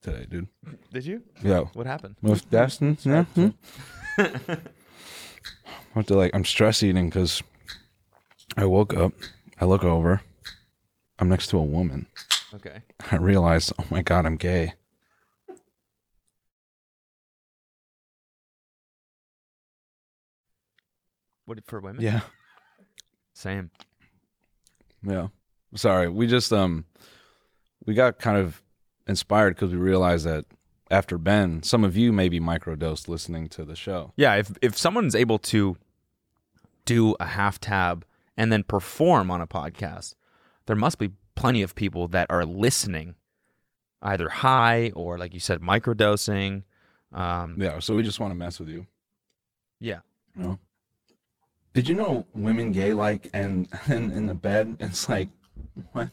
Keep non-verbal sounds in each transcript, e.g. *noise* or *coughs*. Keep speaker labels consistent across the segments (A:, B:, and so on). A: today, dude.
B: Did you?
A: Yeah.
B: What happened?
A: Most destined. Yeah. hmm. *laughs* I have to like I'm stress eating because I woke up, I look over, I'm next to a woman.
B: Okay.
A: I realize, oh my god, I'm gay.
B: What for women?
A: Yeah.
B: Same.
A: Yeah. Sorry. We just um we got kind of inspired because we realized that after Ben, some of you may be microdosed listening to the show.
B: Yeah. If if someone's able to do a half tab and then perform on a podcast, there must be plenty of people that are listening, either high or like you said, microdosing. Um,
A: Yeah, so we just want to mess with you.
B: yeah.
A: No. Did you know women gay like and *laughs* and in the bed it's like what?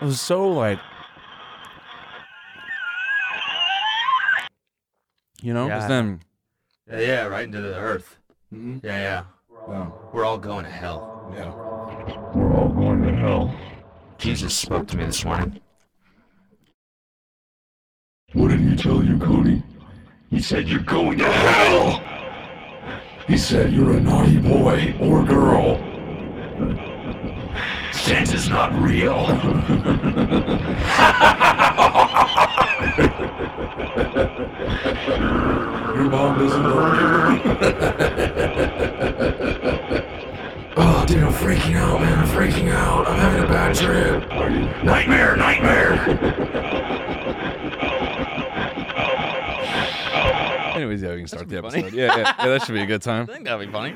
A: it was so like you know 'cause
B: Yeah.
A: then
C: Yeah, yeah, right into the earth. Yeah, yeah.
A: Wow.
C: We're all going to hell.
A: Oh, yeah
C: We're all going to hell. Jesus spoke to me this morning. What did he tell you, Cody? He said you're going to hell. He said you're a naughty boy or girl. Santa's not real. Your mom doesn't Oh, dude, I'm freaking out, man. I'm freaking out. I'm having a bad trip. Nightmare, nightmare.
A: anyways yeah we can start the episode yeah, yeah yeah that should be a good time
B: I think that'd be funny.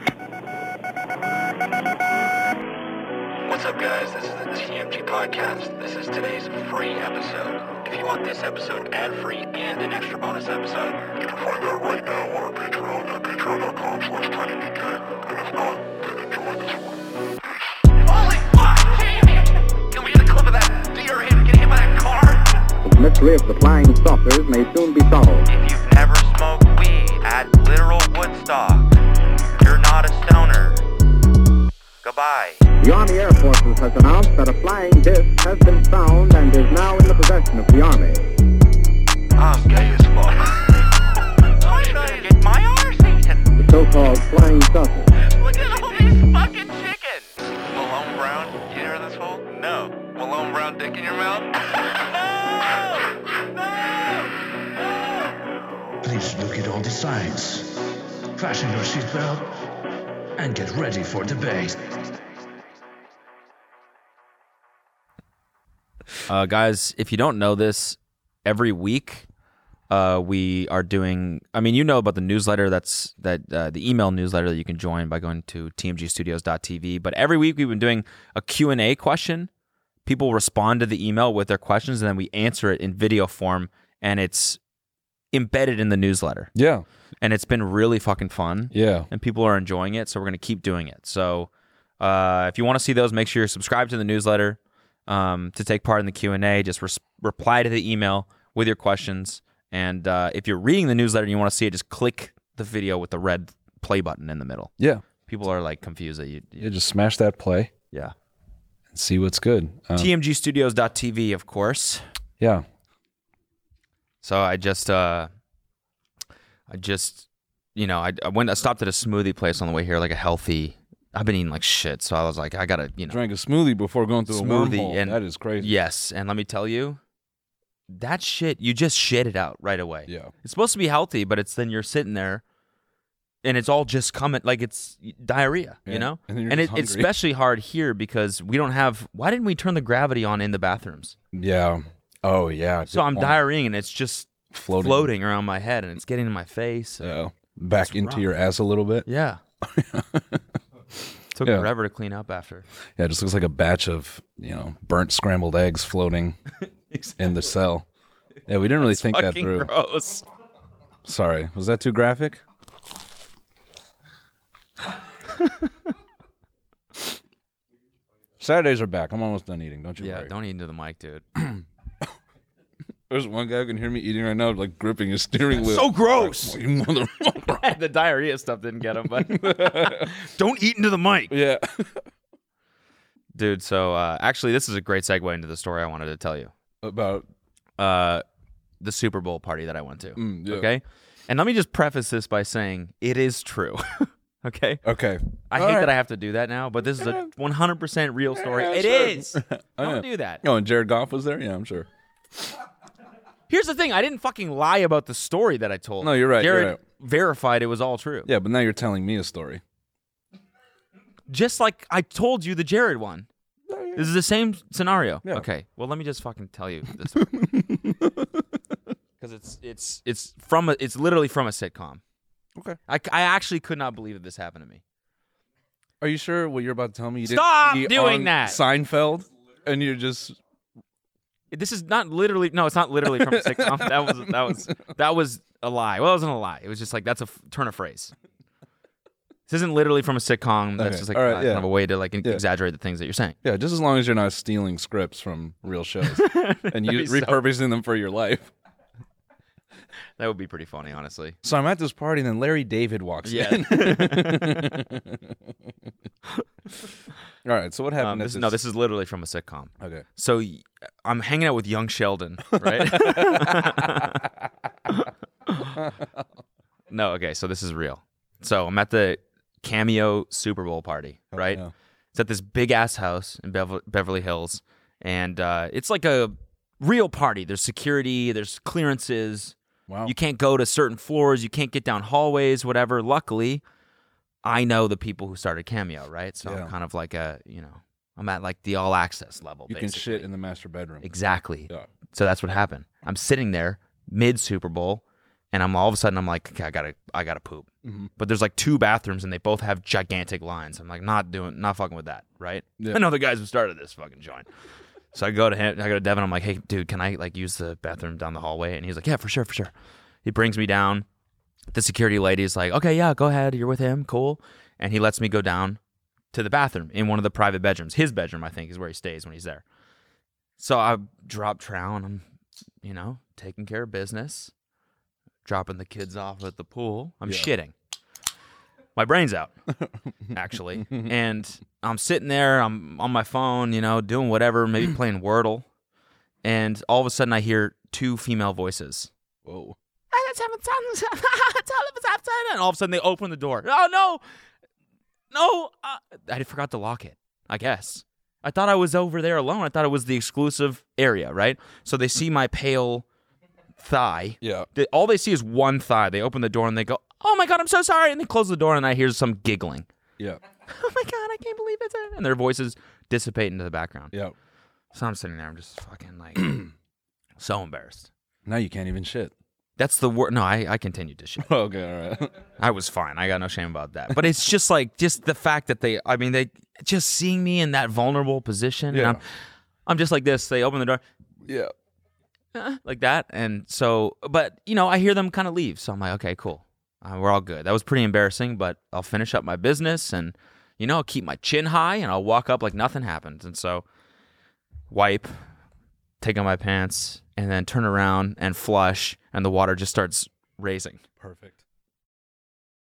D: What's up, guys? This is the TMG Podcast. This is today's free episode. If you want this episode ad-free and an extra bonus episode, you can find that right now on our Patreon at patreon.com slash tinyDK. And if not, then enjoy this one. Holy fuck, Jamie! Can we get a clip of that deer hit getting hit by that car?
E: The mystery of the flying saucers may soon be solved.
D: If you've never smoked weed at literal Woodstock, you're not a stoner. Goodbye.
E: The Army Air Forces has announced that a flying disc has been found and is now in the possession of the Army.
D: I'm gay as fuck. *laughs* I'm trying to get my arse eaten.
E: The so-called flying saucer.
D: Look at all these fucking chickens. Malone Brown, you hear this hole? No. Malone Brown dick in your mouth? *laughs* no! No!
F: Please look at all the signs. Fasten your seatbelt and get ready for debate.
B: Uh, guys, if you don't know this, every week uh, we are doing. I mean, you know about the newsletter that's that uh, the email newsletter that you can join by going to tmgstudios.tv. But every week we've been doing a Q and A question. People respond to the email with their questions, and then we answer it in video form, and it's embedded in the newsletter.
A: yeah
B: And it's been really fucking fun
A: yeah
B: and people are enjoying it. So we're going to keep doing it. So uh, if you want to see those, make sure you're subscribed to the newsletter um, to take part in the Q and A. Just res- reply to the email with your questions, and uh, if you're reading the newsletter and you want to see it, just click the video with the red play button in the middle.
A: yeah
B: People are like confused that you,
A: yeah
B: you
A: just smash that play
B: yeah.
A: and see what's good um,
B: TMGstudios.tv, of course.
A: yeah
B: So I just, uh, I just, you know, I, I went, I stopped at a smoothie place on the way here, like a healthy. I've been eating like shit, so I was like, I gotta, you know,
A: drank a smoothie before going through
B: Smoothie
A: a wormhole.
B: and-
A: that is crazy.
B: Yes, and let me tell you, that shit you just shit it out right away.
A: Yeah.
B: it's supposed to be healthy, but it's then you're sitting there, and it's all just coming like it's diarrhea,
A: Yeah,
B: you know.
A: and then you're
B: it,
A: just
B: it's
A: hungry.
B: especially hard here because we don't have. Why didn't we turn the gravity on in the bathrooms?
A: Yeah. Oh yeah.
B: So
A: Good
B: I'm
A: point.
B: diarrheaing, and it's just
A: floating,
B: floating around my head and it's getting in my face. and-
A: uh, back into your ass a little bit. *laughs*
B: yeah. Took
A: Yeah.
B: forever to clean up after.
A: Yeah, it just looks like a batch of you know burnt scrambled eggs floating
B: *laughs*
A: in the cell. Yeah, we didn't really think that
B: Fucking
A: through.
B: gross.
A: Sorry, was that too graphic? *laughs* Saturdays are back. I'm almost done eating. Don't you
B: Yeah,
A: worry.
B: don't eat into the mic, dude.
A: There's one guy who can hear me eating right now, like gripping his steering wheel.
B: so gross.
A: You
B: *laughs*
A: motherfucker.
B: the diarrhea stuff didn't get him, but *laughs* don't eat into the mic.
A: *laughs* yeah.
B: Dude, so uh, actually, this is a great segue into the story I wanted to tell you.
A: *laughs* About
B: Uh, the Super Bowl party that I went to.
A: mm, yeah.
B: Okay. And let me just preface this by saying it is true. *laughs* okay.
A: Okay.
B: I
A: All
B: hate
A: right.
B: that I have to do that now, but this is a 100% real story.
A: Yeah,
B: It
A: sure. *laughs*
B: is.
A: I know.
B: Don't do that.
A: Oh, and Jared Goff was there. Yeah, I'm sure.
B: Here's the thing I didn't fucking lie about the story that I told.
A: No, you're right, you're
B: Jared
A: right.
B: verified it was all true.
A: Yeah, but now you're telling me a story.
B: Just like I told you the Jared one. This is the same scenario.
A: Yeah.
B: Okay. Well, let me just fucking tell you this
A: *laughs*
B: because it's it's it's from a, it's literally from a sitcom.
A: Okay.
B: I, c- I actually could not believe that this happened to me.
A: Are you sure what you're about to tell me? You
B: Stop
A: didn't see
B: doing
A: on
B: that.
A: Seinfeld, and you're just
B: This is not literally. No, it's not literally from a sitcom. that was that was that was a lie. Well, it wasn't a lie. It was just like that's a f- turn of phrase. This isn't literally from a sitcom. That's
A: Okay.
B: just like
A: All right,
B: uh,
A: yeah.
B: kind of a way to like
A: Yeah.
B: exaggerate the things that you're saying.
A: yeah. Just as long as you're not stealing scripts from
B: *laughs*
A: real shows and you
B: That'd be so-
A: repurposing them for your life.
B: That would be pretty funny, honestly.
A: So I'm at this party, and then Larry David walks in.
B: *laughs*
A: All right. So what happened?
B: Um,
A: at
B: this, no, this is literally from a sitcom.
A: Okay.
B: So y- I'm hanging out with young Sheldon,
A: *laughs*
B: right? no, okay, so this is real. So I'm at the Cameo Super Bowl party, right?
A: no.
B: It's at this big ass house in Bev- Beverly Hills, and uh, it's like a real party. There's security, there's clearances.
A: Wow.
B: You can't go to certain floors, you can't get down hallways, whatever. Luckily, I know the people who started Cameo, right? So
A: Yeah.
B: I'm kind of like a, you know, I'm at like the all access level.
A: You can
B: basically.
A: shit in the master bedroom.
B: Exactly.
A: Yeah.
B: So that's what happened. I'm sitting there mid Super Bowl, and I'm all of a sudden I'm like, okay, I gotta, I gotta poop.
A: Mm-hmm.
B: But there's like two bathrooms, and they both have gigantic lines. I'm like, not doing, not fucking with that, right?
A: Yeah.
B: I know the guys who started this fucking joint. So I go to him, I go to Devin. I'm like, hey, dude, can I like use the bathroom down the hallway? And he's like, yeah, for sure, for sure. He brings me down. The security lady's like, okay, yeah, go ahead. You're with him, cool. And he lets me go down to the bathroom in one of the private bedrooms. His bedroom, I think, is where he stays when he's there. So I drop Trow and I'm, you know, taking care of business, dropping the kids off at the pool. I'm shitting. My brain's out, actually. and I'm sitting there, I'm on my phone, you know, doing whatever, maybe playing Wordle. And all of a sudden I hear two female voices.
A: Whoa.
B: *laughs* And all of a sudden they open the door. Oh, no. No. Uh, I forgot to lock it, I guess. I thought I was over there alone. I thought it was the exclusive area, right? So they see my pale thigh.
A: Yeah.
B: They, all they see is one thigh. They open the door and they go, "Oh my god, I'm so sorry!" And they close the door and I hear some giggling. *laughs*
A: Yeah.
B: Oh my god, I can't believe it's and their voices dissipate into the background.
A: Yeah.
B: So I'm sitting there, I'm just fucking like *clears throat* so embarrassed.
A: Now you can't even shit.
B: That's the word. No, I, I continued to shit.
A: *laughs* Okay. All right.
B: I was fine. I got no shame about that. But it's just like just the fact that they I mean they just seeing me in that vulnerable position.
A: Yeah.
B: And I'm I'm just like this. They open the door
A: yeah.
B: like that. And so but you know, I hear them kind of leave. So I'm like, okay, cool. Uh, we're all good. That was pretty embarrassing, but I'll finish up my business and you know, I'll keep my chin high and I'll walk up like nothing happened. And so wipe, take out my pants, and then turn around and flush and the water just starts raising.
A: Perfect.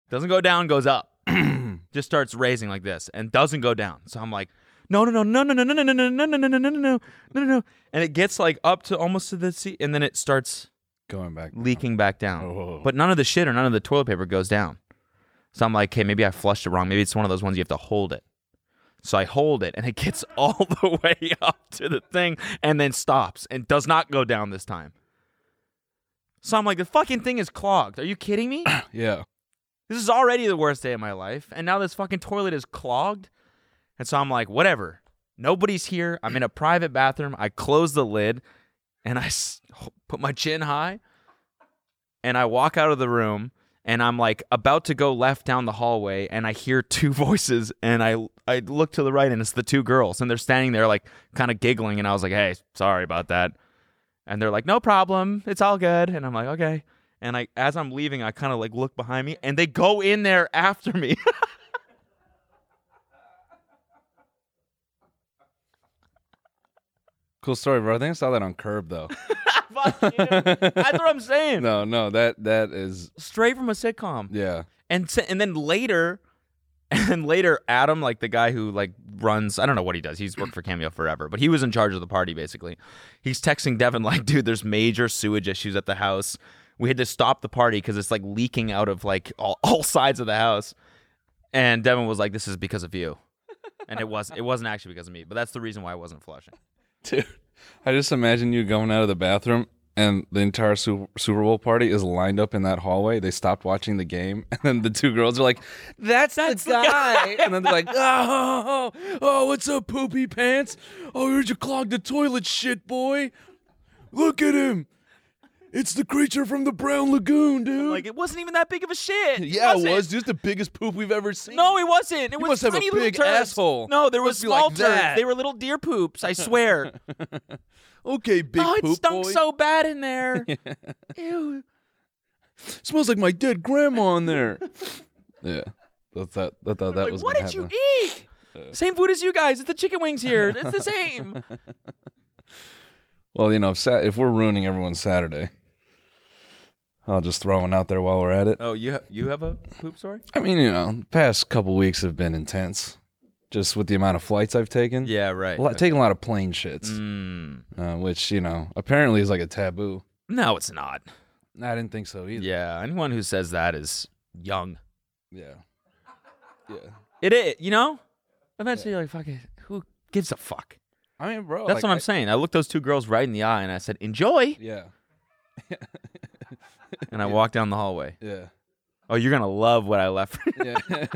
B: Doesn't go down, goes up. *clears throat* Just starts raising like this and doesn't go down. So I'm like, no, no, no, no, no, no, no, no, no, no, no, no, no, no, no, no, no, no, no. And it gets like up to almost to the seat and then it starts
A: Going back.
B: leaking back down.
A: Oh.
B: But none of the shit or none of the toilet paper goes down. So I'm like, okay, maybe I flushed it wrong. Maybe it's one of those ones you have to hold it. So I hold it and it gets *laughs* all the way up to the thing and then stops and does not go down this time. So I'm like, the fucking thing is clogged. Are you kidding me?
A: Yeah.
B: This is already the worst day of my life, and now this fucking toilet is clogged. And so I'm like, whatever. Nobody's here. I'm in a private bathroom. I close the lid, and I s- put my chin high, and I walk out of the room and I'm like about to go left down the hallway and I hear two *laughs* voices and I I look to the right and it's the two girls and they're standing there like kind of giggling and I was like, "Hey, sorry about that." And they're like, "No problem. It's all good." And I'm like, "Okay." And I as I'm leaving, I kind of like look behind me and they go in there after me. *laughs*
A: Cool story, bro. I think I saw that on
B: *laughs*
A: Curb though.
B: Fuck you. That's what I'm saying.
A: no, no, that that is
B: Straight from a sitcom.
A: yeah.
B: and s- and then later *laughs* and later adam like the guy who like runs i don't know what he does he's worked for cameo forever but he was in charge of the party basically he's texting devin like dude there's major sewage issues at the house we had to stop the party because it's like leaking out of like all, all sides of the house and devin was like this is because of you and it was it wasn't actually because of me but that's the reason why i wasn't flushing
A: *laughs* Dude, I just imagine you going out of the bathroom and the entire Su- Super Bowl party is lined up in that hallway. They stopped watching the game, *laughs* and then the two girls are like, "That's, the guy," *laughs* and then they're like, "Oh, oh, oh, what's up, poopy pants? Oh, here's your clogged the toilet, shit boy. Look at him. It's the creature from the Brown Lagoon, dude.
B: like it wasn't even that big of a shit
A: yeah, it
B: wasn't.
A: was just the biggest poop we've ever seen.
B: No, it wasn't. It was
A: must have a
B: tiny little
A: big
B: turds.
A: asshole.
B: No, there
A: Must
B: was
A: be like
B: small turds.
A: that.
B: They were little deer poops. I
A: *laughs*
B: swear.
A: okay, big
B: oh, it
A: poop
B: stunk
A: boy.
B: so bad in *laughs* there. Ew.
A: smells like my dead grandma in there. *laughs* yeah, that's that. I thought that
B: Like,
A: was
B: what
A: gonna
B: did you
A: happen.
B: eat? Same food as you guys. It's the chicken wings here. It's the same.
A: Well, you know, if, Sat- if we're ruining everyone's Saturday, I'll just throw one out there while we're at it.
B: *laughs* oh, you ha- you have a poop story?
A: I mean, you know, the past couple weeks have been intense, just with the amount of flights I've taken.
B: Yeah, right.
A: a lot, taking a lot of plane shits, uh, which you know apparently is like a taboo.
B: Mm. No, it's not.
A: I didn't think so either.
B: Yeah, anyone who says that is young.
A: Yeah, yeah.
B: It is. You know. Eventually, you're like fuck it. Who gives a fuck?
A: I mean, bro,
B: That's
A: like,
B: what I'm
A: I-
B: saying. Oh, I looked those two girls right in the eye and I said, "Enjoy," *laughs*
A: Yeah,
B: and I walked down the hallway.
A: yeah,
B: Oh, you're gonna love what I left. for you.
A: yeah.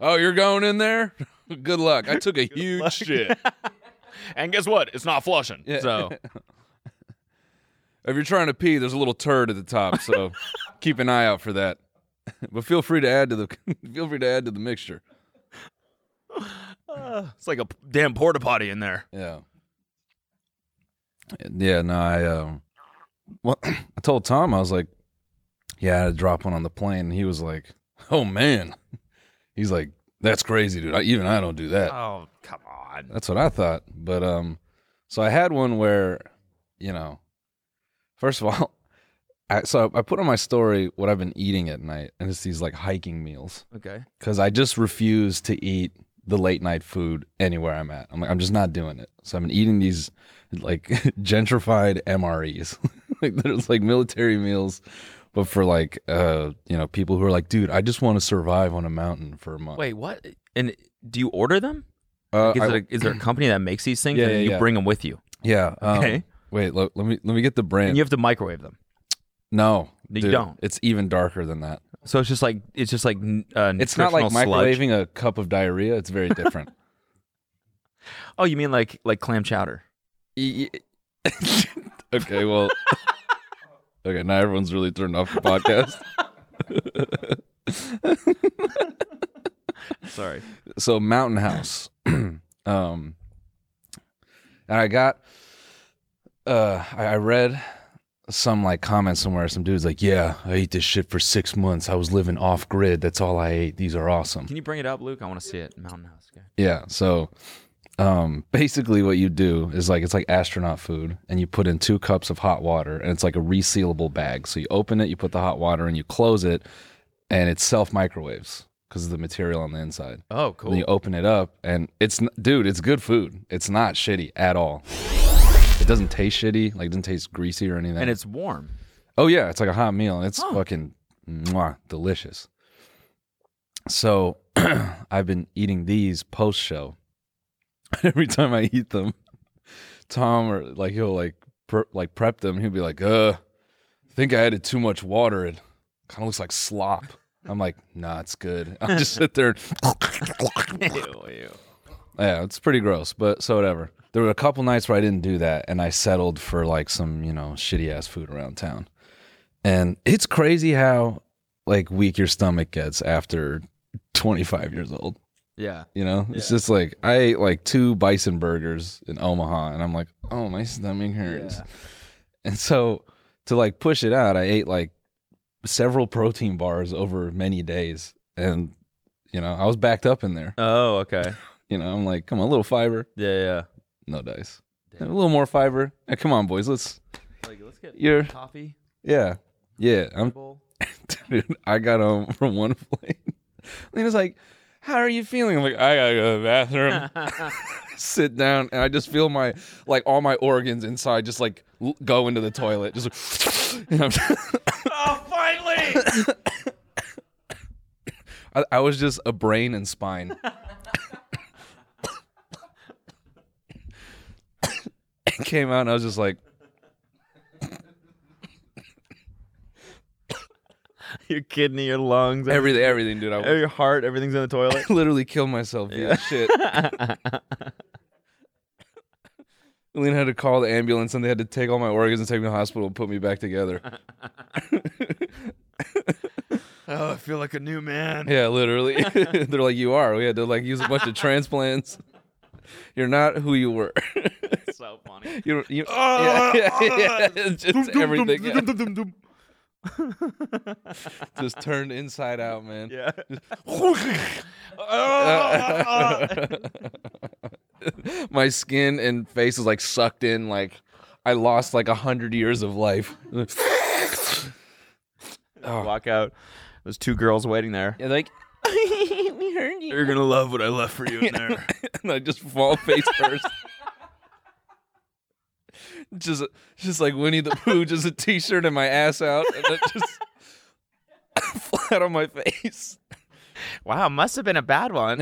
A: oh, you're going in there? *laughs* Good luck. I took a huge shit.
B: *laughs* and guess what? It's not flushing.
A: Yeah.
B: So *laughs*
A: If you're trying to pee, there's a little turd at the top, so keep an eye out for that. But feel free to add to the *laughs* feel free to add to the mixture.
B: it's like a p- damn porta potty in there.
A: Yeah. Yeah, no, I um well *clears throat* I told Tom I was like, Yeah, I had to drop one on the plane and he was like, Oh man. He's like, That's crazy, dude. I, even I don't do that.
B: Oh come on.
A: That's what I thought. But um, so I had one where, you know, first of all, *laughs* I, so I put on my story what I've been eating at night, and it's these like hiking meals
B: Okay.
A: because I just refuse to eat the late night food anywhere I'm at. I'm like, I'm just not doing it. So I've been eating these like *laughs* gentrified MREs, *laughs* like there's like military meals. But for like, uh, you know, people who are like, dude, I just want to survive on a mountain for a month.
B: Wait, what? And do you order them?
A: uh,
B: Is,
A: I-
B: it a, is there
A: *clears throat*
B: a company that makes these things
A: Yeah,
B: and then
A: yeah,
B: you
A: yeah.
B: bring them with you?
A: yeah. um,
B: Okay.
A: Wait, lo- let me let me get the brand.
B: And you have to microwave them.
A: No,
B: You
A: dude,
B: don't.
A: It's even darker than that.
B: So it's just like it's just like n- uh,
A: It's not like
B: nutritional sludge.
A: microwaving a cup of diarrhea. It's
B: *laughs*
A: very different.
B: Oh, you mean like like clam chowder?
A: Y- y- *laughs* okay,
B: *laughs*
A: well, okay. Now everyone's really turned off
B: *laughs*
A: the podcast.
B: Sorry.
A: so Mountain House, *clears throat* um, and I got, uh, I, I read some like comment somewhere. Some dude's like, "Yeah, I ate this shit for six months. I was living off grid. That's all I ate. These are awesome."
B: Can you bring it up, Luke? I want to see it. Mountain House. Okay.
A: Yeah. So um *laughs* basically what you do is like it's like astronaut food and you put in two cups of hot water and it's like a resealable bag. So you open it, you put the hot water in, you close it, and it self microwaves because of the material on the inside.
B: Oh, cool.
A: Then you open it up and it's n- dude, it's good food. It's not shitty at all. It doesn't taste shitty, like it doesn't taste greasy or anything.
B: and it's warm.
A: Oh yeah, it's like a hot meal, and it's
B: Huh.
A: fucking mwah, delicious. So *clears throat* I've been eating these post show. *laughs* Every time I eat them, Tom or like he'll like pre- like prep them. He'll be like, "Uh, I think I added too much water. It kind of looks like slop." I'm like, "Nah, it's good." *laughs* I just sit there. And *laughs* yeah, it's pretty gross, but so whatever. There were a couple nights where I didn't do that, and I settled for like some you know shitty ass food around town. And it's crazy how like weak your stomach gets after 25 years old.
B: Yeah.
A: You know, it's just like I ate like two bison burgers in Omaha, and I'm like, oh, my stomach hurts. And so to like push it out, I ate like several protein bars over many days, and you know, I was backed up in there.
B: Oh, okay.
A: You know, I'm like, come on, a little fiber,
B: Yeah, yeah.
A: no dice, a little more fiber. Hey, come on, boys, let's.
B: Like, let's get
A: You're
B: coffee
A: yeah, yeah. I'm
B: bowl.
A: dude. *laughs* I got home from one flight. And he was like, "How are you feeling?" I'm like, "I gotta go to the bathroom." *laughs* sit down and I just feel my like all my organs inside just like l- go into the toilet. Just *laughs* like, and I'm
B: Oh, finally!
A: *laughs* I, I was just a brain and spine. *laughs* it came out and I was just like,
B: *laughs* your kidney, your lungs, every,
A: everything, everything, dude. I
B: your heart, everything's in the toilet.
A: *laughs* literally killed myself via shit. Lena had to call the ambulance and they had to take all my organs and take me to the hospital and put me
B: *laughs*
A: back together.
B: *laughs* oh, I feel like a new man.
A: Yeah,
B: *laughs*
A: literally. They're like, you are. We had to like use a bunch of transplants. You're not who you were.
B: so
A: *laughs*
B: funny.
A: you
B: *laughs*
A: you. yeah, yeah, yeah. *laughs* It's just everything. yeah. just turned inside out, man.
B: Yeah.
A: *laughs* My skin and face is like sucked in. Like I lost like a hundred years of life. Oh.
B: Walk out. There's two girls waiting there.
A: And like
B: You're gonna love what I left for you in there.
A: and I just fall face first. just just like Winnie the Pooh, just a t-shirt and my ass out, and then just *laughs* flat on my face.
B: *laughs* wow, must have been a bad one.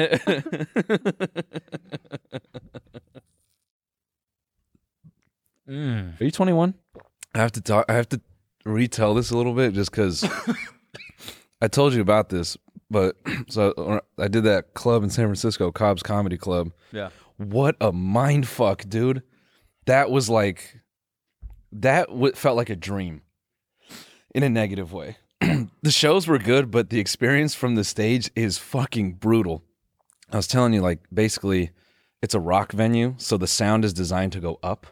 A: Are you 21? I have to talk. I have to retell this a little bit just *laughs* because I told you about this. But *clears throat* so when I did that club in San Francisco, Cobb's Comedy Club.
B: Yeah.
A: What a mind fuck, dude. That was like, that w- felt like a dream in a negative way. *clears throat* the shows were good, but the experience from the stage is fucking brutal. I was telling you, like, basically, it's a rock venue, so the sound is designed to go up.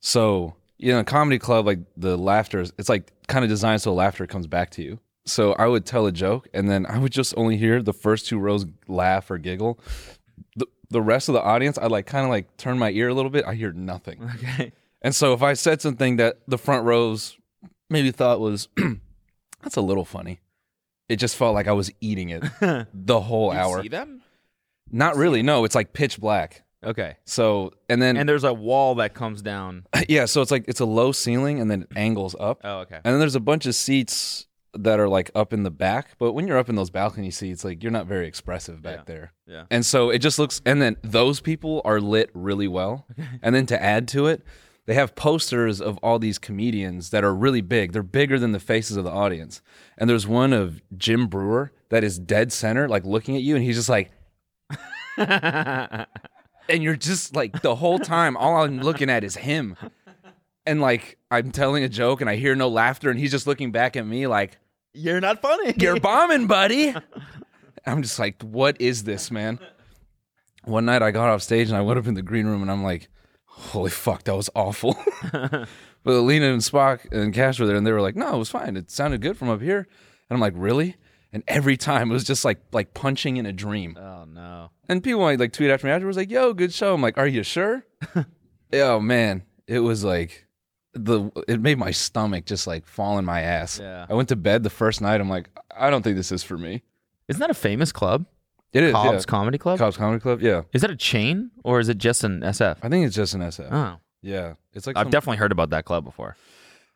A: So, you know, a comedy club, like the laughter, is- it's like kind of designed so laughter comes back to you. So I would tell a joke and then I would just only hear the first two rows laugh or giggle. The, the rest of the audience, I like kind of like turn my ear a little bit. I hear nothing.
B: *laughs* Okay.
A: And so if I said something that the front rows maybe thought was, *clears throat* that's a little funny, it just felt like I was
B: *laughs*
A: eating it the whole hour.
B: See them?
A: Not really. No, it's like pitch black.
B: Okay.
A: So, and then,
B: And there's a wall that comes *laughs* down.
A: *clears throat* yeah, so it's like it's a low ceiling and then it angles up.
B: Oh, okay.
A: And then there's a bunch of seats that are like up in the back, but when you're up in those balcony seats, like you're not very expressive back
B: Yeah.
A: there.
B: Yeah.
A: And so it just looks and then those people are lit
B: *laughs*
A: really well. and then to add to it, they have posters of all these comedians that are really big. They're bigger than the faces of the audience. And there's one of Jim Brewer that is dead center, like looking at you, and he's
B: *laughs*
A: just like and you're just like the whole time all i'm looking at is him and like i'm telling a joke and i hear no laughter and he's just looking back at me like
B: You're not funny. *laughs*
A: you're bombing buddy i'm just like what is this man one night i got off stage and i went up in the green room and i'm like holy fuck that was awful *laughs* but Lena and Spock and Cash were there, and they were like, "No, it was fine. It sounded good from up here." And I'm like, "Really?" And every time it was just like like punching in a dream.
B: Oh no.
A: And people might like tweet after me afterwards, like, "Yo, good show." I'm like, "Are
B: *laughs*
A: you sure?" oh man, it was like the it made my stomach just like fall in my ass.
B: Yeah.
A: I went to bed the first night. I'm like, I don't think this is for me.
B: Isn't that a famous club?
A: It is
B: Cobb's
A: yeah.
B: Comedy Club.
A: Cobb's Comedy Club. Yeah,
B: Is that a chain or is it just an SF?
A: I think it's just an SF.
B: Oh,
A: Yeah, it's like
B: I've
A: some-
B: definitely heard about that club before.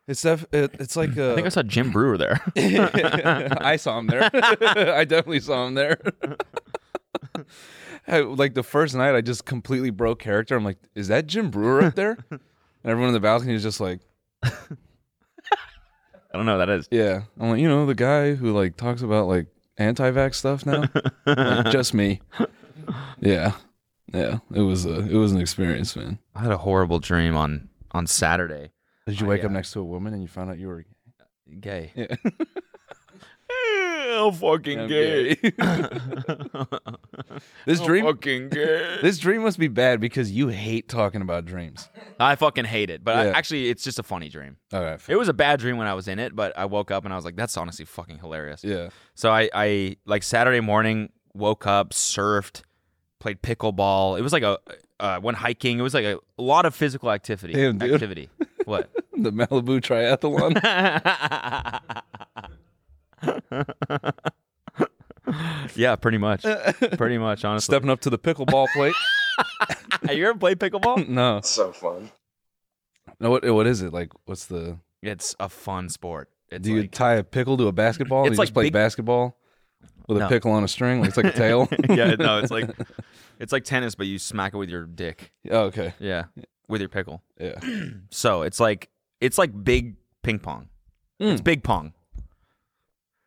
A: It's def- it, it's like uh,
B: I think I saw Jim Brewer *laughs* there. *laughs*
A: *laughs* I saw him there. I definitely saw him there. *laughs* I- like the first night, I just completely broke character. I'm like, is that Jim Brewer
B: *laughs*
A: up there? And everyone in the balcony is just like,
B: I don't know what that is.
A: yeah. I'm like, you know, the guy who like talks about like anti-vax stuff now.
B: *laughs*
A: Like, just me. Yeah, yeah. It was a it was an experience, man.
B: I had a horrible dream on on Saturday.
A: Did you
B: Oh,
A: wake
B: yeah.
A: up next to a woman and you found out you were?
B: gay. *laughs*
A: Yeah.
B: I'm fucking
A: I'm
B: gay. *laughs* Oh,
A: This dream,
B: fucking gay.
A: this dream must be bad because you hate talking about dreams.
B: I fucking hate it, but I,
A: Yeah.
B: actually, it's just a funny dream.
A: All right,
B: It was a bad dream when I was in it, but I woke up and I was like, "That's honestly fucking hilarious."
A: yeah,
B: So I, I like Saturday morning woke up, surfed, played pickleball. It was like a uh, went hiking. It was like a, lot of physical activity.
A: Damn, dude.
B: activity.
A: *laughs*
B: What?
A: the
B: *laughs*
A: Malibu triathlon. *laughs*
B: yeah, pretty much. Pretty much. Honestly,
A: Stepping up to the pickleball plate. *laughs*
B: have *laughs* you ever played pickleball?
A: no,
G: So fun.
A: no. What what is it like? What's the?
B: It's a fun sport. It's
A: do you
B: like-
A: tie a pickle to a basketball?
B: It's
A: do you
B: like
A: just play
B: big-
A: basketball with
B: No.
A: a pickle on a string. It's like a tail.
B: *laughs* yeah, no, it's *laughs* like it's like tennis, but you smack it with your dick.
A: Oh, okay.
B: Yeah, with your pickle.
A: Yeah.
B: *clears throat* So it's like it's like big ping pong. It's
A: Mm.
B: big pong.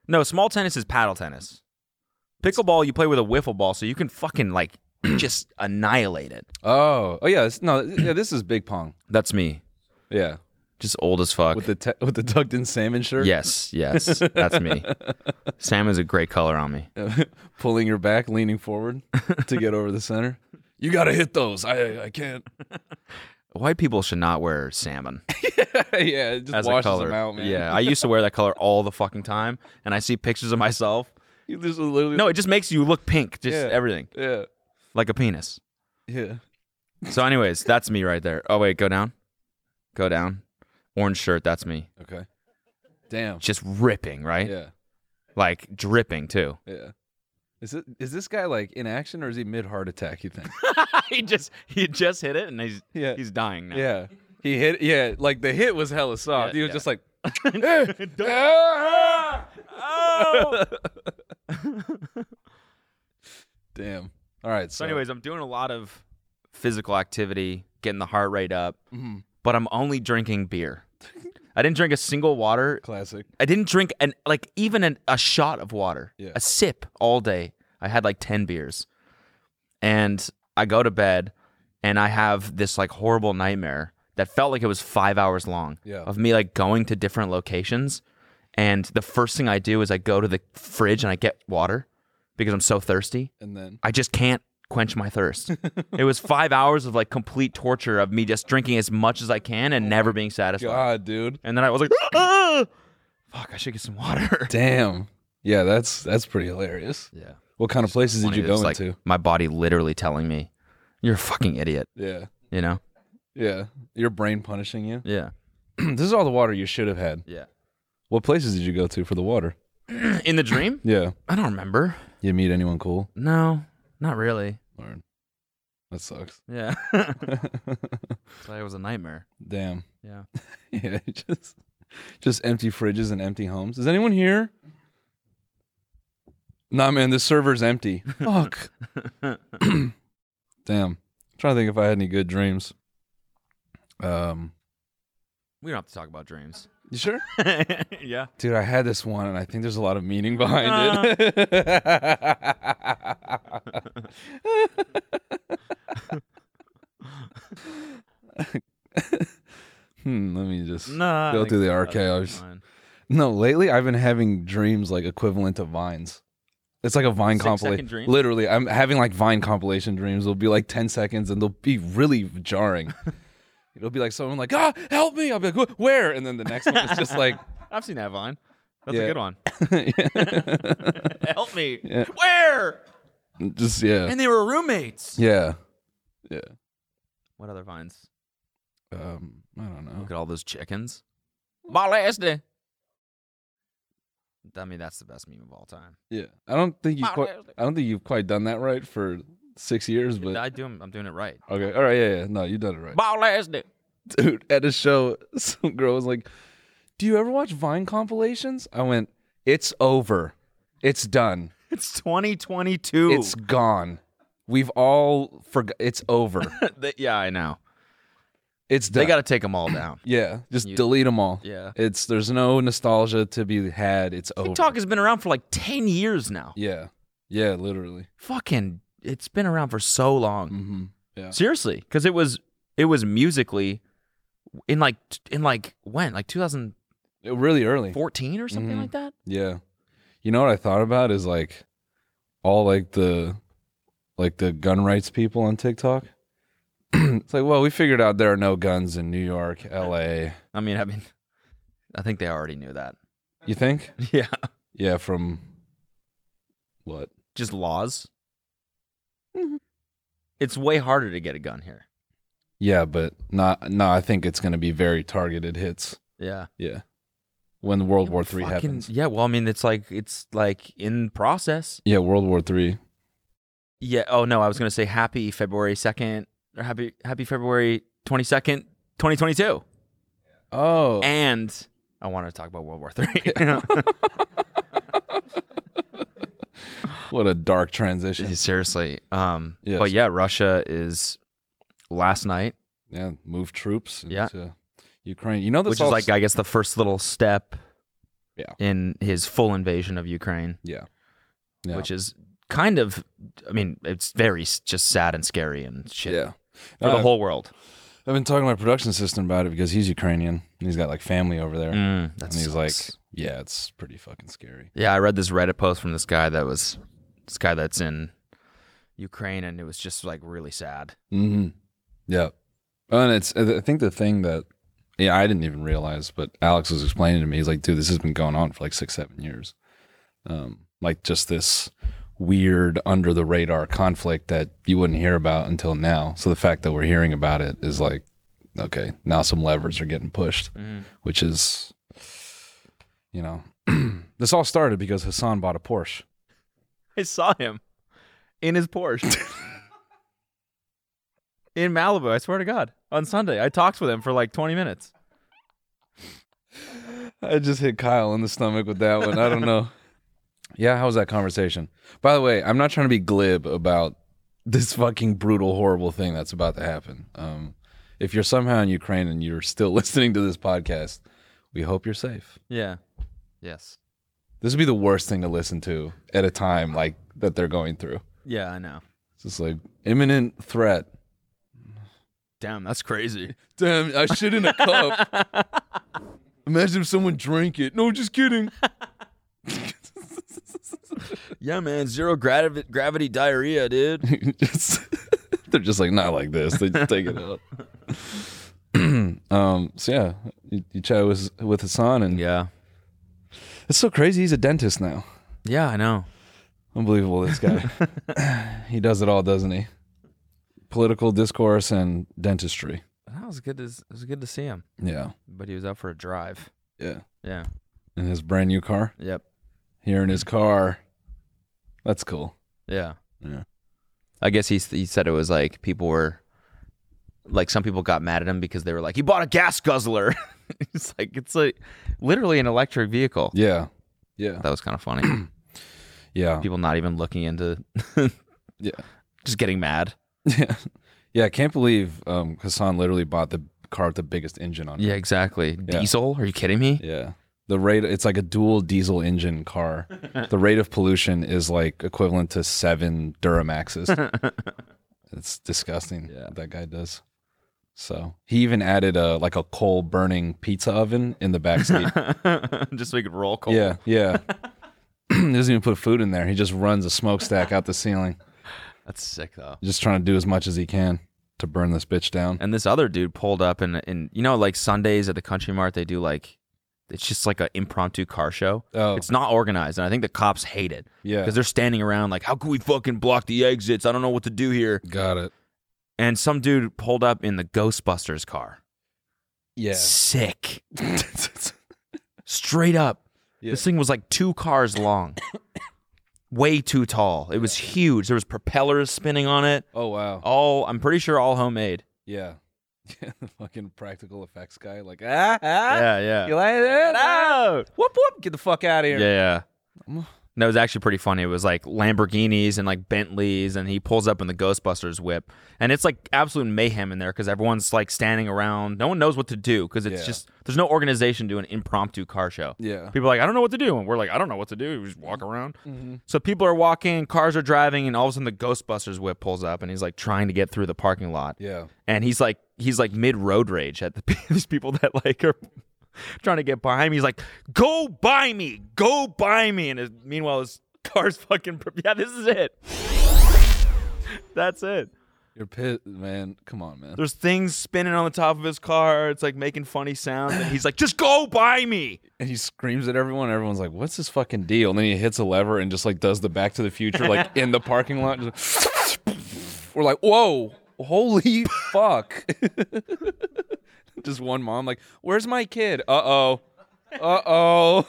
B: No, small tennis is paddle tennis. Pickleball, you play with a wiffle ball, so you can fucking like *clears throat* just annihilate it.
A: Oh. Oh yeah. It's, no. Yeah. This is big pong.
B: That's me,
A: Yeah.
B: just old as fuck.
A: With the te- with the tucked in salmon shirt.
B: yes, yes, that's me. Sam is a great color on me.
A: *laughs* Pulling your back, leaning forward to get over the center. You gotta hit those. I I can't.
B: White people should not wear salmon
A: *laughs* yeah. It just
B: as a
A: washes
B: color.
A: them out, man.
B: Yeah, I used to wear that color all the fucking time, and I see pictures of myself.
A: *laughs* You just literally.
B: No, it just makes you look pink, just
A: Yeah.
B: everything
A: *laughs* Yeah.
B: like a penis.
A: Yeah.
B: So, anyways, that's me right there. Oh wait, go down, go down. Orange shirt, that's me.
A: Okay. Damn.
B: Just ripping, right?
A: Yeah.
B: Like dripping too.
A: Yeah. Is it is this guy like in action or is he mid heart attack? You *laughs* think?
B: *laughs* he just he just hit it and he's
A: Yeah.
B: he's dying now.
A: yeah. He hit. Yeah. Like the hit was hella soft.
B: Yeah,
A: he was
B: yeah.
A: *laughs* just like. *laughs*
B: Oh!
A: Damn. All right.
B: *laughs* So, anyways, I'm doing a lot of physical activity, getting the heart rate up,
A: Mhm.
B: but I'm only drinking beer. I didn't drink a single water
A: classic.
B: I didn't drink an like even an, a shot of water,
A: Yeah.
B: a sip all day. I had like ten beers, and I go to bed, and I have this like horrible nightmare that felt like it was five hours long
A: Yeah.
B: of me like going to different locations, and the first thing I do is I go to the fridge and I get water because I'm so thirsty.
A: And then
B: I just can't quench my
A: *laughs*
B: thirst. it was five hours of like complete torture of me just drinking as much as I can and never being satisfied.
A: God, dude.
B: And then I was like, "Ah! fuck, I should get some *laughs* water.
A: Damn. Yeah, that's that's pretty hilarious.
B: Yeah.
A: What kind of places did
B: Funny
A: you
B: that
A: go
B: it's like
A: into?
B: My body literally telling me, you're a fucking idiot,
A: Yeah.
B: you know?
A: Yeah. Your brain punishing
B: *clears throat*
A: you.
B: Yeah.
A: this is all the water you should have had.
B: Yeah.
A: What places did you go to for the water?
B: *clears throat* In the dream?
A: Yeah.
B: *clears throat* I don't remember.
A: You meet anyone cool?
B: No, not really.
A: Or that sucks. *laughs*
B: *laughs* Yeah. It's like it was a nightmare.
A: Damn.
B: Yeah.
A: *laughs* Yeah, just just empty fridges and empty homes. Is anyone here? Nah, man, the server's empty. *laughs* Fuck. *clears throat* Damn. I'm trying to think if I had any good dreams. Um,
B: We don't have to talk about dreams.
A: you sure?
B: *laughs*
A: *laughs*
B: yeah.
A: Dude, I had this one, and I think there's a lot of meaning behind it. *laughs* hmm, let me just
B: No.
A: go through the archives. No, lately I've been having dreams like equivalent to vines. It's like a vine
B: Six second
A: compilation.
B: dream?
A: Literally, I'm having like vine compilation dreams. They'll be like 10 seconds and they'll be
B: *laughs*
A: really jarring. It'll be like someone like, ah, help me. I'll be like, "Wh- where? And then the next one is
B: *laughs*
A: just like, *laughs*
B: I've seen that Vine. That's a
A: Yeah.
B: good
A: *laughs*
B: one.
A: yeah.
B: Help me.
A: Yeah.
B: Where?
A: just, yeah.
B: And they were roommates.
A: Yeah.
B: What other vines?
A: Um, I don't know.
B: Look at all those chickens. My last day. I mean, that's the best meme of all time.
A: Yeah. I don't think you quite, I don't think you've quite done that right for six years, but
B: I do. I'm doing it *laughs* right.
A: okay. All right. Yeah. Yeah. No, you've done it right.
B: My last day.
A: *laughs* dude, at a show, some girl was like, "Do you ever watch Vine compilations?" I went, "It's over. It's done.
B: It's 2022. *laughs*
A: It's gone. We've all forgot. It's
B: *laughs*
A: over.
B: They- yeah, I know.
A: It's done.
B: They got to take them all *clears throat* down.
A: yeah, just
B: You-
A: delete them all.
B: Yeah.
A: It's there's no nostalgia to be had. It's over.
B: TikTok has been around for like 10 years now.
A: yeah, yeah, literally.
B: Fucking, it's been around for so long.
A: Mm-hmm. Yeah.
B: Seriously, because it was it was musically in like in like when like 2000
A: really early.
B: 14 or something
A: Mhm.
B: like that.
A: Yeah. You know what I thought about is like all like the like the gun rights people on TikTok. *clears throat* it's like, well, we figured out there are no guns in New York, LA.
B: I mean, I mean, *laughs* I think they already knew that.
A: You think?
B: *laughs* Yeah,
A: Yeah, from what?
B: just laws. It's way harder to get a gun here.
A: Yeah, but not no, I think it's gonna be very targeted hits.
B: Yeah.
A: Yeah. When World War Three
B: Fucking-
A: happens.
B: Yeah, well, I mean, it's like it's like in process.
A: Yeah, World War Three.
B: Yeah. Oh no, I was gonna say happy February second or happy happy February twenty second, twenty twenty two.
A: Oh.
B: And I want to talk about World War Three. *laughs*
A: what a dark transition.
B: Seriously. Um.
A: Yes.
B: But yeah, Russia is last night,
A: Yeah. Move troops
B: Yeah.
A: into Ukraine. You know this
B: which
A: all
B: is like I guess the first little step.
A: Yeah.
B: In his full invasion of Ukraine,
A: Yeah. Yeah.
B: which is kind of, I mean, it's very s- just sad and scary and shit
A: Yeah.
B: for the
A: Uh,
B: whole world.
A: I've been talking to my production assistant about it because he's Ukrainian and he's got like family over there.
B: Mm, that
A: and he's
B: sucks.
A: like, yeah, it's pretty fucking scary.
B: Yeah, I read this Reddit post from this guy that was this guy that's in Ukraine, and it was just like really sad.
A: Mm-hmm. Yeah. And it's, I think the thing that, yeah, I didn't even realize, but Alex was explaining to me, he's like, dude, this has been going on for like six, seven years. Um, like just this weird under the radar conflict that you wouldn't hear about until now. So the fact that we're hearing about it is like, okay, now some levers are getting pushed, which is, you know, *clears throat* this all started because Hassan bought a Porsche.
B: I saw him in his
A: *laughs*
B: Porsche in Malibu. I swear to God, on Sunday, I talked with him for like twenty minutes.
A: I just hit Kyle in the stomach with that one. I don't know. *laughs* Yeah, how was that conversation? By the way, I'm not trying to be glib about this fucking brutal, horrible thing that's about to happen. Um, if you're somehow in Ukraine and you're still *laughs* listening to this podcast, we hope you're safe.
B: Yeah. Yes.
A: This would be the worst thing to listen to at a time like that they're going through.
B: Yeah, I know.
A: It's just like imminent threat.
B: Damn, that's crazy.
A: Damn, I shit in a cup. *laughs* Imagine if someone drank it. No, just kidding.
B: *laughs* Yeah, man, zero gravi- gravity diarrhea,
A: *laughs*
B: dude.
A: It's- they're just like not like this. They just take it out. *clears throat* um. So yeah, you, you chat with with Hassan, and
B: Yeah.
A: it's so crazy. He's a dentist now.
B: Yeah, I know.
A: Unbelievable, this guy. *laughs* he does it all, doesn't he? Political discourse and dentistry.
B: That was good. To, it was good to see him,
A: Yeah,
B: but he was out for a drive.
A: yeah.
B: Yeah.
A: In his brand new car,
B: Yep.
A: here in his car. That's cool.
B: Yeah.
A: Yeah.
B: I guess he he said it was like people were like some people got mad at him because they were like he bought a gas guzzler. *laughs* it's like it's like literally an electric vehicle.
A: Yeah, yeah,
B: That was kind of
A: *clears throat*
B: funny.
A: yeah,
B: people not even looking into *laughs*
A: yeah.
B: just getting mad.
A: Yeah, yeah. I can't believe um, Hassan literally bought the car with the biggest engine on it.
B: Yeah, exactly. Diesel? Are you kidding me?
A: Yeah. The rate it's like a dual diesel engine *laughs* car. the rate of pollution is like equivalent to seven Duramaxes. *laughs* it's disgusting what that guy does. So he even added a like a coal burning pizza oven in the back *laughs* seat.
B: *laughs* just so he could roll cold.
A: yeah, *laughs* yeah. *clears throat* he doesn't even put food in there. He just runs a smokestack out the ceiling,
B: That's sick though.
A: just trying to do as much as he can to burn this bitch down.
B: And this other dude pulled up and and you know like Sundays at the Country Mart they do like it's just like an impromptu car show.
A: Oh.
B: It's not organized and I think the cops hate it.
A: Yeah.
B: Because they're standing around like, how can we fucking block the exits? I don't know what to do here.
A: Got it.
B: And some dude pulled up in the Ghostbusters car.
A: *laughs* Yeah.
B: Sick. Straight up.
A: Yeah.
B: This thing was like two cars
A: *coughs*
B: long. Way too tall. It was huge. There was propellers spinning on it.
A: oh wow.
B: All I'm pretty sure all homemade.
A: Yeah. *laughs* Yeah, the fucking practical effects guy, like, ah, ah,
B: Yeah, yeah.
A: you like that? Ah, whoop, whoop, get the fuck out of
B: Yeah,
A: here.
B: yeah. No, it was actually pretty funny. It was like Lamborghinis and like Bentleys, and he pulls up in the Ghostbusters whip, and it's like absolute mayhem in there because everyone's like standing around. No one knows what to do because it's
A: Yeah.
B: just there's no organization to an impromptu car show.
A: Yeah.
B: people are like I don't know what to do, and we're like I don't know what to do. We just walk around.
A: Mm-hmm.
B: So people are walking, cars are driving, and all of a sudden the Ghostbusters whip pulls up, and he's like trying to get through the parking lot
A: Yeah.
B: *laughs* and he's like he's like mid road rage at the these people that like are trying to get behind me. He's like, "Go buy me, go buy me." And his, meanwhile, his car's *laughs* fucking. pro- Yeah, this is it. That's it.
A: You're pissed, man. Come
B: *laughs*
A: on, man.
B: There's things spinning on the top of his car. It's like making funny sounds. And he's like, "Just go buy me."
A: And he screams at everyone. Everyone's like, "What's his fucking deal?" And then he hits a lever and just like does the Back to the
B: *laughs*
A: Future like in the parking lot. Just- *laughs* We're like, "Whoa,
B: *laughs*
A: holy fuck!" *laughs* just one mom like, "Where's my kid?" Uh oh. Uh oh.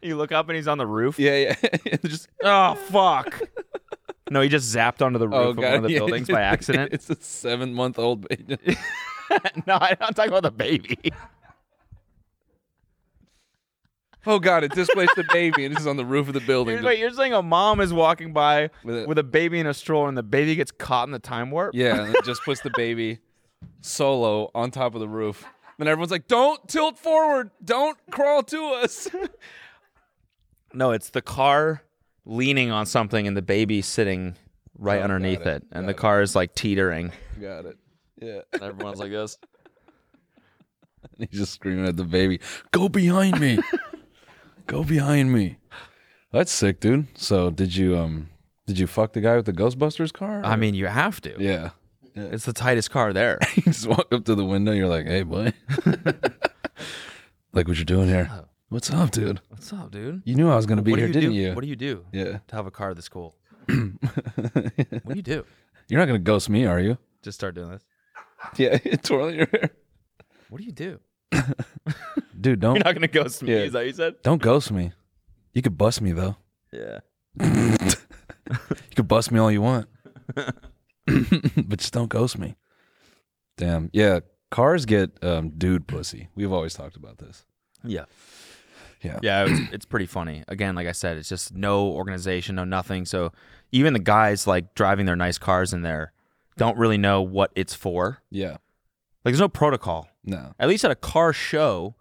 B: You look up and he's on the roof.
A: *laughs* yeah, *laughs* yeah. just
B: Oh fuck. no, he just zapped onto the roof
A: oh
B: of
A: god, *laughs*
B: one of the
A: yeah,
B: buildings by
A: *laughs*
B: accident.
A: It's a seven month old baby.
B: no, I'm not talking about the baby.
A: oh god, it displaced the baby and this is on the roof of the building.
B: Wait, you're saying a mom is walking by
A: With
B: with
A: a-
B: a, baby in a stroller and the baby gets caught in the time warp?
A: Yeah, and it just puts the baby solo on top of the roof. Then everyone's like, "Don't tilt forward! Don't crawl to us!"
B: No, it's the car leaning on something and the baby sitting right underneath Oh, it. And the car is like teetering.
A: *laughs* Got it. Yeah,
B: And everyone's like this.
A: and he's just screaming at the baby, "Go behind me! Go behind me!" That's sick, dude. So, did you um, did you fuck the guy with the Ghostbusters car?
B: I mean, you have to.
A: yeah. *laughs*
B: It's the tightest car there.
A: You just walk up to the window. You're like, "Hey, boy, *laughs* like what you're doing here? What's up, dude?
B: What's up, dude?
A: You knew I was gonna be
B: what
A: here,
B: do you
A: didn't
B: do?
A: you?
B: What do you do
A: yeah,
B: to have a car this *clears throat* cool? what do you do?
A: you're not gonna ghost me, are you?
B: Just start doing this.
A: Yeah, *laughs* twirling your hair.
B: What do you do?
A: Dude, don't
B: You're not gonna ghost me.
A: Yeah.
B: Is that what you said?
A: don't ghost me. You could bust me though.
B: Yeah.
A: You could bust me all you *laughs* want. but just don't ghost me. Damn. Yeah, cars get um, dude pussy. We've always talked about this.
B: Yeah.
A: Yeah.
B: Yeah, it's, it's pretty funny. Again, like I said, it's just no organization, no nothing. So even the guys like driving their nice cars in there don't really know what it's for.
A: Yeah.
B: Like there's no protocol.
A: No.
B: At least at a car show,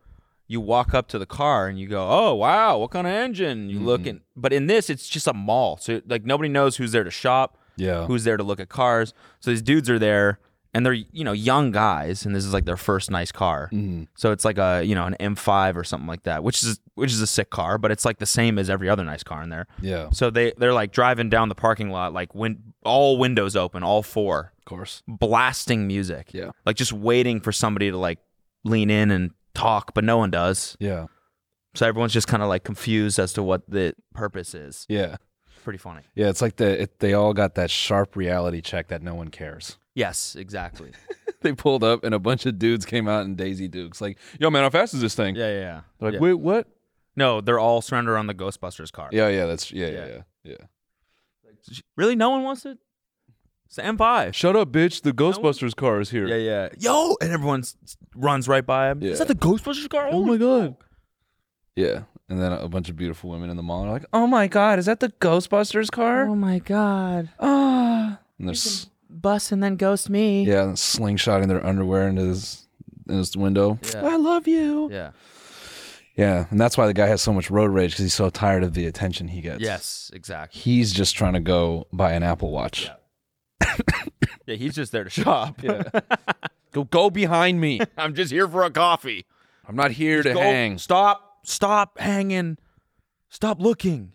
B: you walk up to the car and you go, "Oh, wow, what kind of engine?" You look and but in this it's just a mall. So like nobody knows who's there to shop,
A: Yeah.
B: who's there to look at cars. So these dudes are there and they're, you know, young guys and this is like their first nice car.
A: Mhm.
B: So it's like a you know an M5 or something like that, which is which is a sick car, but it's like the same as every other nice car in there.
A: Yeah. Of
B: So they they're like driving down the parking lot, like when all windows open, all four,
A: course.
B: blasting music.
A: Yeah.
B: like just waiting for somebody to like lean in and talk, but no one does.
A: Yeah.
B: So everyone's just kind of like confused as to what the purpose is.
A: Yeah.
B: Pretty funny.
A: Yeah. It's like the it, they all got that sharp reality check that no one cares.
B: Yes, exactly.
A: *laughs* They pulled up and a bunch of dudes came out in Daisy Dukes like, "Yo, man, how fast is this thing?"
B: yeah, yeah, yeah.
A: They're like,
B: Yeah.
A: "Wait, what?"
B: no, they're all surrounded around the Ghostbusters car.
A: Yeah. Yeah. That's yeah. Yeah.
B: Yeah.
A: Yeah. yeah.
B: Really, no one wants it. It's the M5.
A: Shut up, bitch. The Ghostbusters car is here.
B: Yeah, yeah. Yo, and everyone s- runs right by him.
A: Yeah.
B: Is that the Ghostbusters car?
A: Oh my god. Yeah. And then a bunch of beautiful women in the mall are like, "Oh my god, is that the Ghostbusters car?" Oh my god. Ah. And there's
B: Bus and then ghost me.
A: yeah, and slingshotting their underwear into his in his window.
B: Yeah.
A: I love you. Yeah.
B: Yeah.
A: and that's why the guy has so much road rage because he's so tired of the attention he gets.
B: Yes, exactly.
A: He's just trying to go buy an Apple Watch.
B: *laughs* Yeah, he's just there to shop. *laughs*
A: Go go behind me.
B: I'm just here for a coffee.
A: I'm not here to
B: Go-
A: hang.
B: Stop. Stop hanging. Stop looking.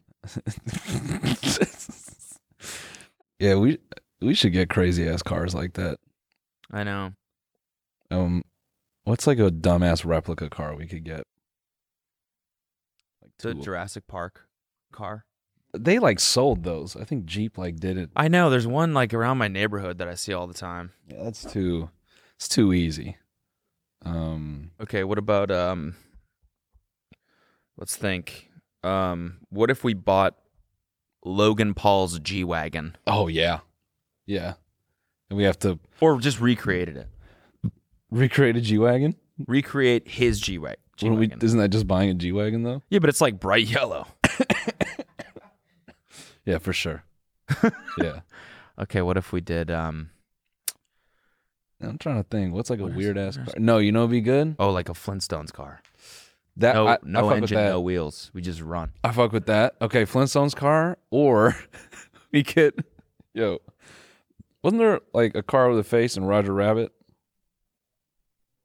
A: *laughs* yeah, we we should get crazy ass cars like that.
B: I know.
A: Um, what's like a dumbass replica car we could get? Like
B: It's a
A: two-
B: Jurassic Park car.
A: they like sold those. I think Jeep like did it.
B: I know. There's one like around my neighborhood that I see all the time.
A: Yeah, that's too. It's too easy. Um,
B: Okay, what about um let's think. Um what if we bought Logan Paul's G Wagon?
A: oh yeah, yeah. And we have to
B: Or just recreated it.
A: recreate a G wagon.
B: Recreate his G Wagon.
A: Wouldn't we- Isn't that just buying a G wagon though?
B: Yeah, but it's like bright yellow.
A: Yeah,
B: *laughs*
A: for sure. yeah,
B: Okay, what if we did um
A: I'm trying to think. What's like a
B: What is-
A: weird ass
B: what
A: car?
B: is-
A: No, you know, what'd be good.
B: oh like a Flintstones car.
A: That
B: No
A: I, I
B: no
A: fuck with
B: engine,
A: that.
B: no wheels. We just run.
A: I fuck with that. Okay, Flintstones car or *laughs* we get yo. Wasn't there like a car with a face and Roger Rabbit?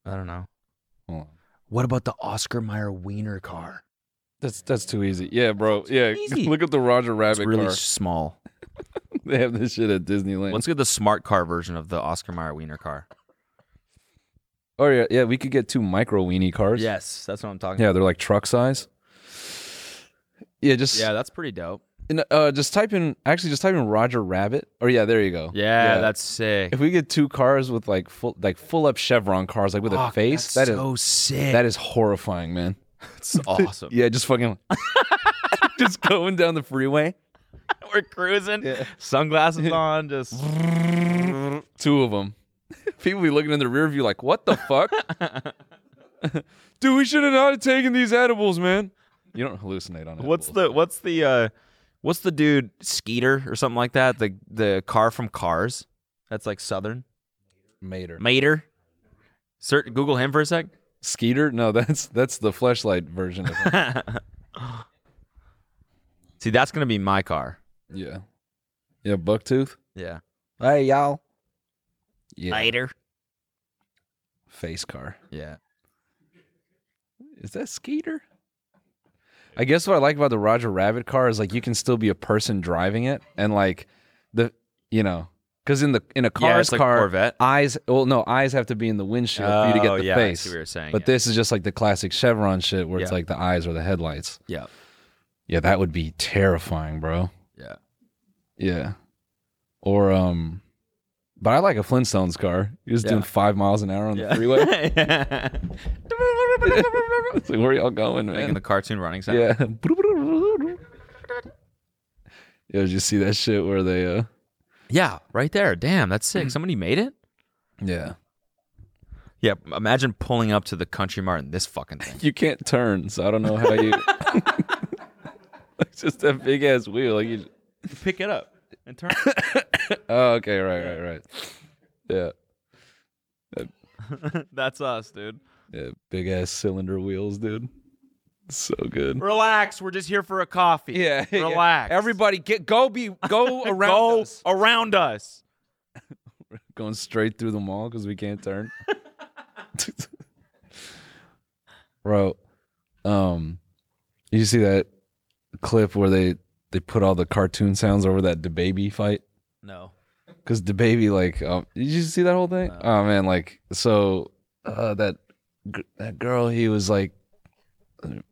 B: I don't know.
A: Hold on.
B: What about the Oscar Mayer Wiener car?
A: That's that's too easy. Yeah, bro. Yeah, *laughs*
B: easy.
A: look up the Roger
B: It's
A: Rabbit
B: really
A: car.
B: small.
A: *laughs* They have this shit at Disneyland.
B: Let's get the smart car version of the Oscar Mayer Wiener car.
A: oh yeah, yeah. We could get two micro weenie cars.
B: Yes, that's what I'm talking
A: yeah. They're like truck size. Yeah, just
B: Yeah, that's pretty dope.
A: and, uh, just type in actually just type in Roger Rabbit. Or yeah, there you go.
B: Yeah, that's sick.
A: *laughs* if we get two cars with like full like full up chevron cars like with a
B: Fuck,
A: face
B: that's
A: that is
B: so sick.
A: that is horrifying, man.
B: That's awesome.
A: Yeah, just fucking *laughs* just going down the freeway.
B: *laughs* We're cruising,
A: *laughs*
B: sunglasses on, just
A: Two of them. *laughs* People be looking in the rear view like, what the fuck? *laughs* Dude, we should have not have taken these edibles, man. You don't hallucinate on it.
B: what's the what's the uh what's the dude Skeeter or something like that? The the car from Cars. That's like Southern.
A: Mater?
B: Mater. Sir, Google him for a sec. *laughs*
A: Skeeter? No, that's that's the fleshlight version of it.
B: See, that's gonna be my car.
A: *laughs* yeah. Yeah, Bucktooth.
B: Yeah.
A: Hey y'all. Yeah.
B: Mater.
A: Face car.
B: Yeah.
A: Is that Skeeter? I guess what I like about the Roger Rabbit car is like you can still be a person driving it, and like the you know because in the in a
B: Yeah,
A: car's
B: it's like
A: car
B: Corvette.
A: eyes well no eyes have to be in the windshield for you to
B: Oh,
A: get the
B: yeah, I see
A: face.
B: what you're saying,
A: but
B: yeah.
A: this is just like the classic Chevron shit where it's
B: Yeah.
A: like the eyes or the headlights.
B: Yeah.
A: Yeah, that would be terrifying, bro.
B: Yeah.
A: Yeah, or um, but I like a Flintstones car. You're just doing
B: Yeah.
A: five miles an hour on the freeway.
B: *laughs*
A: *laughs* it's like where are y'all going, man?
B: Making the cartoon running sound.
A: *laughs* Yeah. Yo, did you see that shit where they uh
B: Yeah, right there. Damn, that's
A: Hmm.
B: sick. Somebody made it?
A: Yeah.
B: Yeah, imagine pulling up to the Country Mart in this fucking thing.
A: You can't turn, so I don't know how *laughs* you It's just that big ass wheel. Like you
B: Pick it up and *laughs* turn.
A: Oh, okay, right, right, right. Yeah.
B: that's us, dude.
A: Yeah. Big ass cylinder wheels, dude. So good.
B: Relax. We're just here for a coffee.
A: Yeah. *laughs* yeah.
B: Relax.
A: Everybody get go be
B: *laughs*
A: go around
B: Go
A: us.
B: around us.
A: Going straight through the mall because we
B: *laughs*
A: can't turn. Bro, um, you see that clip where they they put all the cartoon sounds over that DeBaby fight?
B: No.
A: Because DeBaby, like, um, did you see that whole thing? oh man, like, so uh, that g- that girl he was like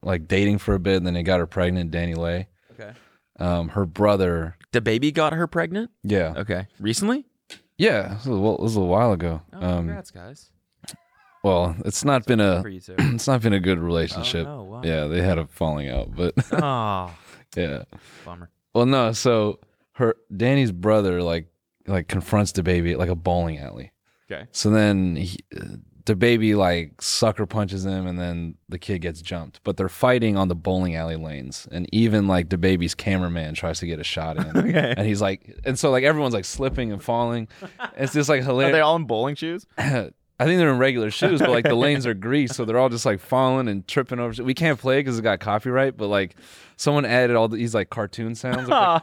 A: like dating for a bit, and then he got her pregnant. Danny Lay,
B: Okay.
A: um, her brother,
B: The baby got her pregnant.
A: yeah,
B: Okay. Recently?
A: yeah, this was a, little- this was a while ago.
B: Oh,
A: um, uh,
B: congrats, guys.
A: well, it's not been a
B: For you
A: *clears throat*
B: too.
A: it's not been a good relationship.
B: Oh, no, wow.
A: Yeah, they had a falling
B: *laughs*
A: out, but *laughs*
B: oh,
A: yeah.
B: bummer.
A: Well, no, so her Danny's brother like like confronts the baby at like a bowling alley.
B: Okay.
A: So then he, the baby like sucker punches him, and then the kid gets jumped. But they're fighting on the bowling alley lanes, and even like the baby's cameraman tries to get a shot
B: *laughs*
A: in,
B: Okay.
A: *laughs* and he's like, and so like everyone's like slipping and falling. It's
B: *laughs*
A: just like hilarious.
B: all in bowling shoes?
A: I think they're in regular shoes, but like the lanes are greased, so they're all just like falling and tripping over. shit. We can't play because it got copyright, but like someone added all these like cartoon sounds,
B: *laughs*
A: like,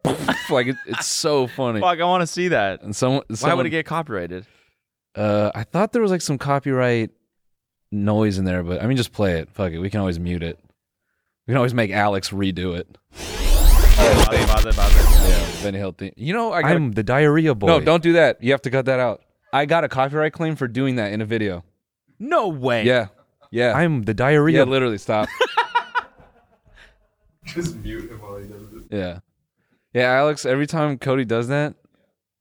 A: *laughs* like it, it's so funny.
B: Fuck, I want to see that.
A: And someone,
B: Why would
A: Uh, someone
B: it get
A: *laughs*
B: copyrighted?
A: uh, I thought there was like some copyright noise in there, but I mean, just play it. Fuck it, we can always mute it. We can always make Alex redo it.
B: Bother, bother, bother.
A: Yeah, Benny Hill theme. You know, I got
B: I'm the diarrhea boy.
A: no, don't do that. You have to cut that out. I got a copyright claim for doing that in a video.
B: No way.
A: Yeah, yeah.
B: I'm the diarrhea.
A: Yeah,
B: *laughs*
A: literally stop. Just mute him while he does it. Yeah. Yeah, Alex, every time Cody does that,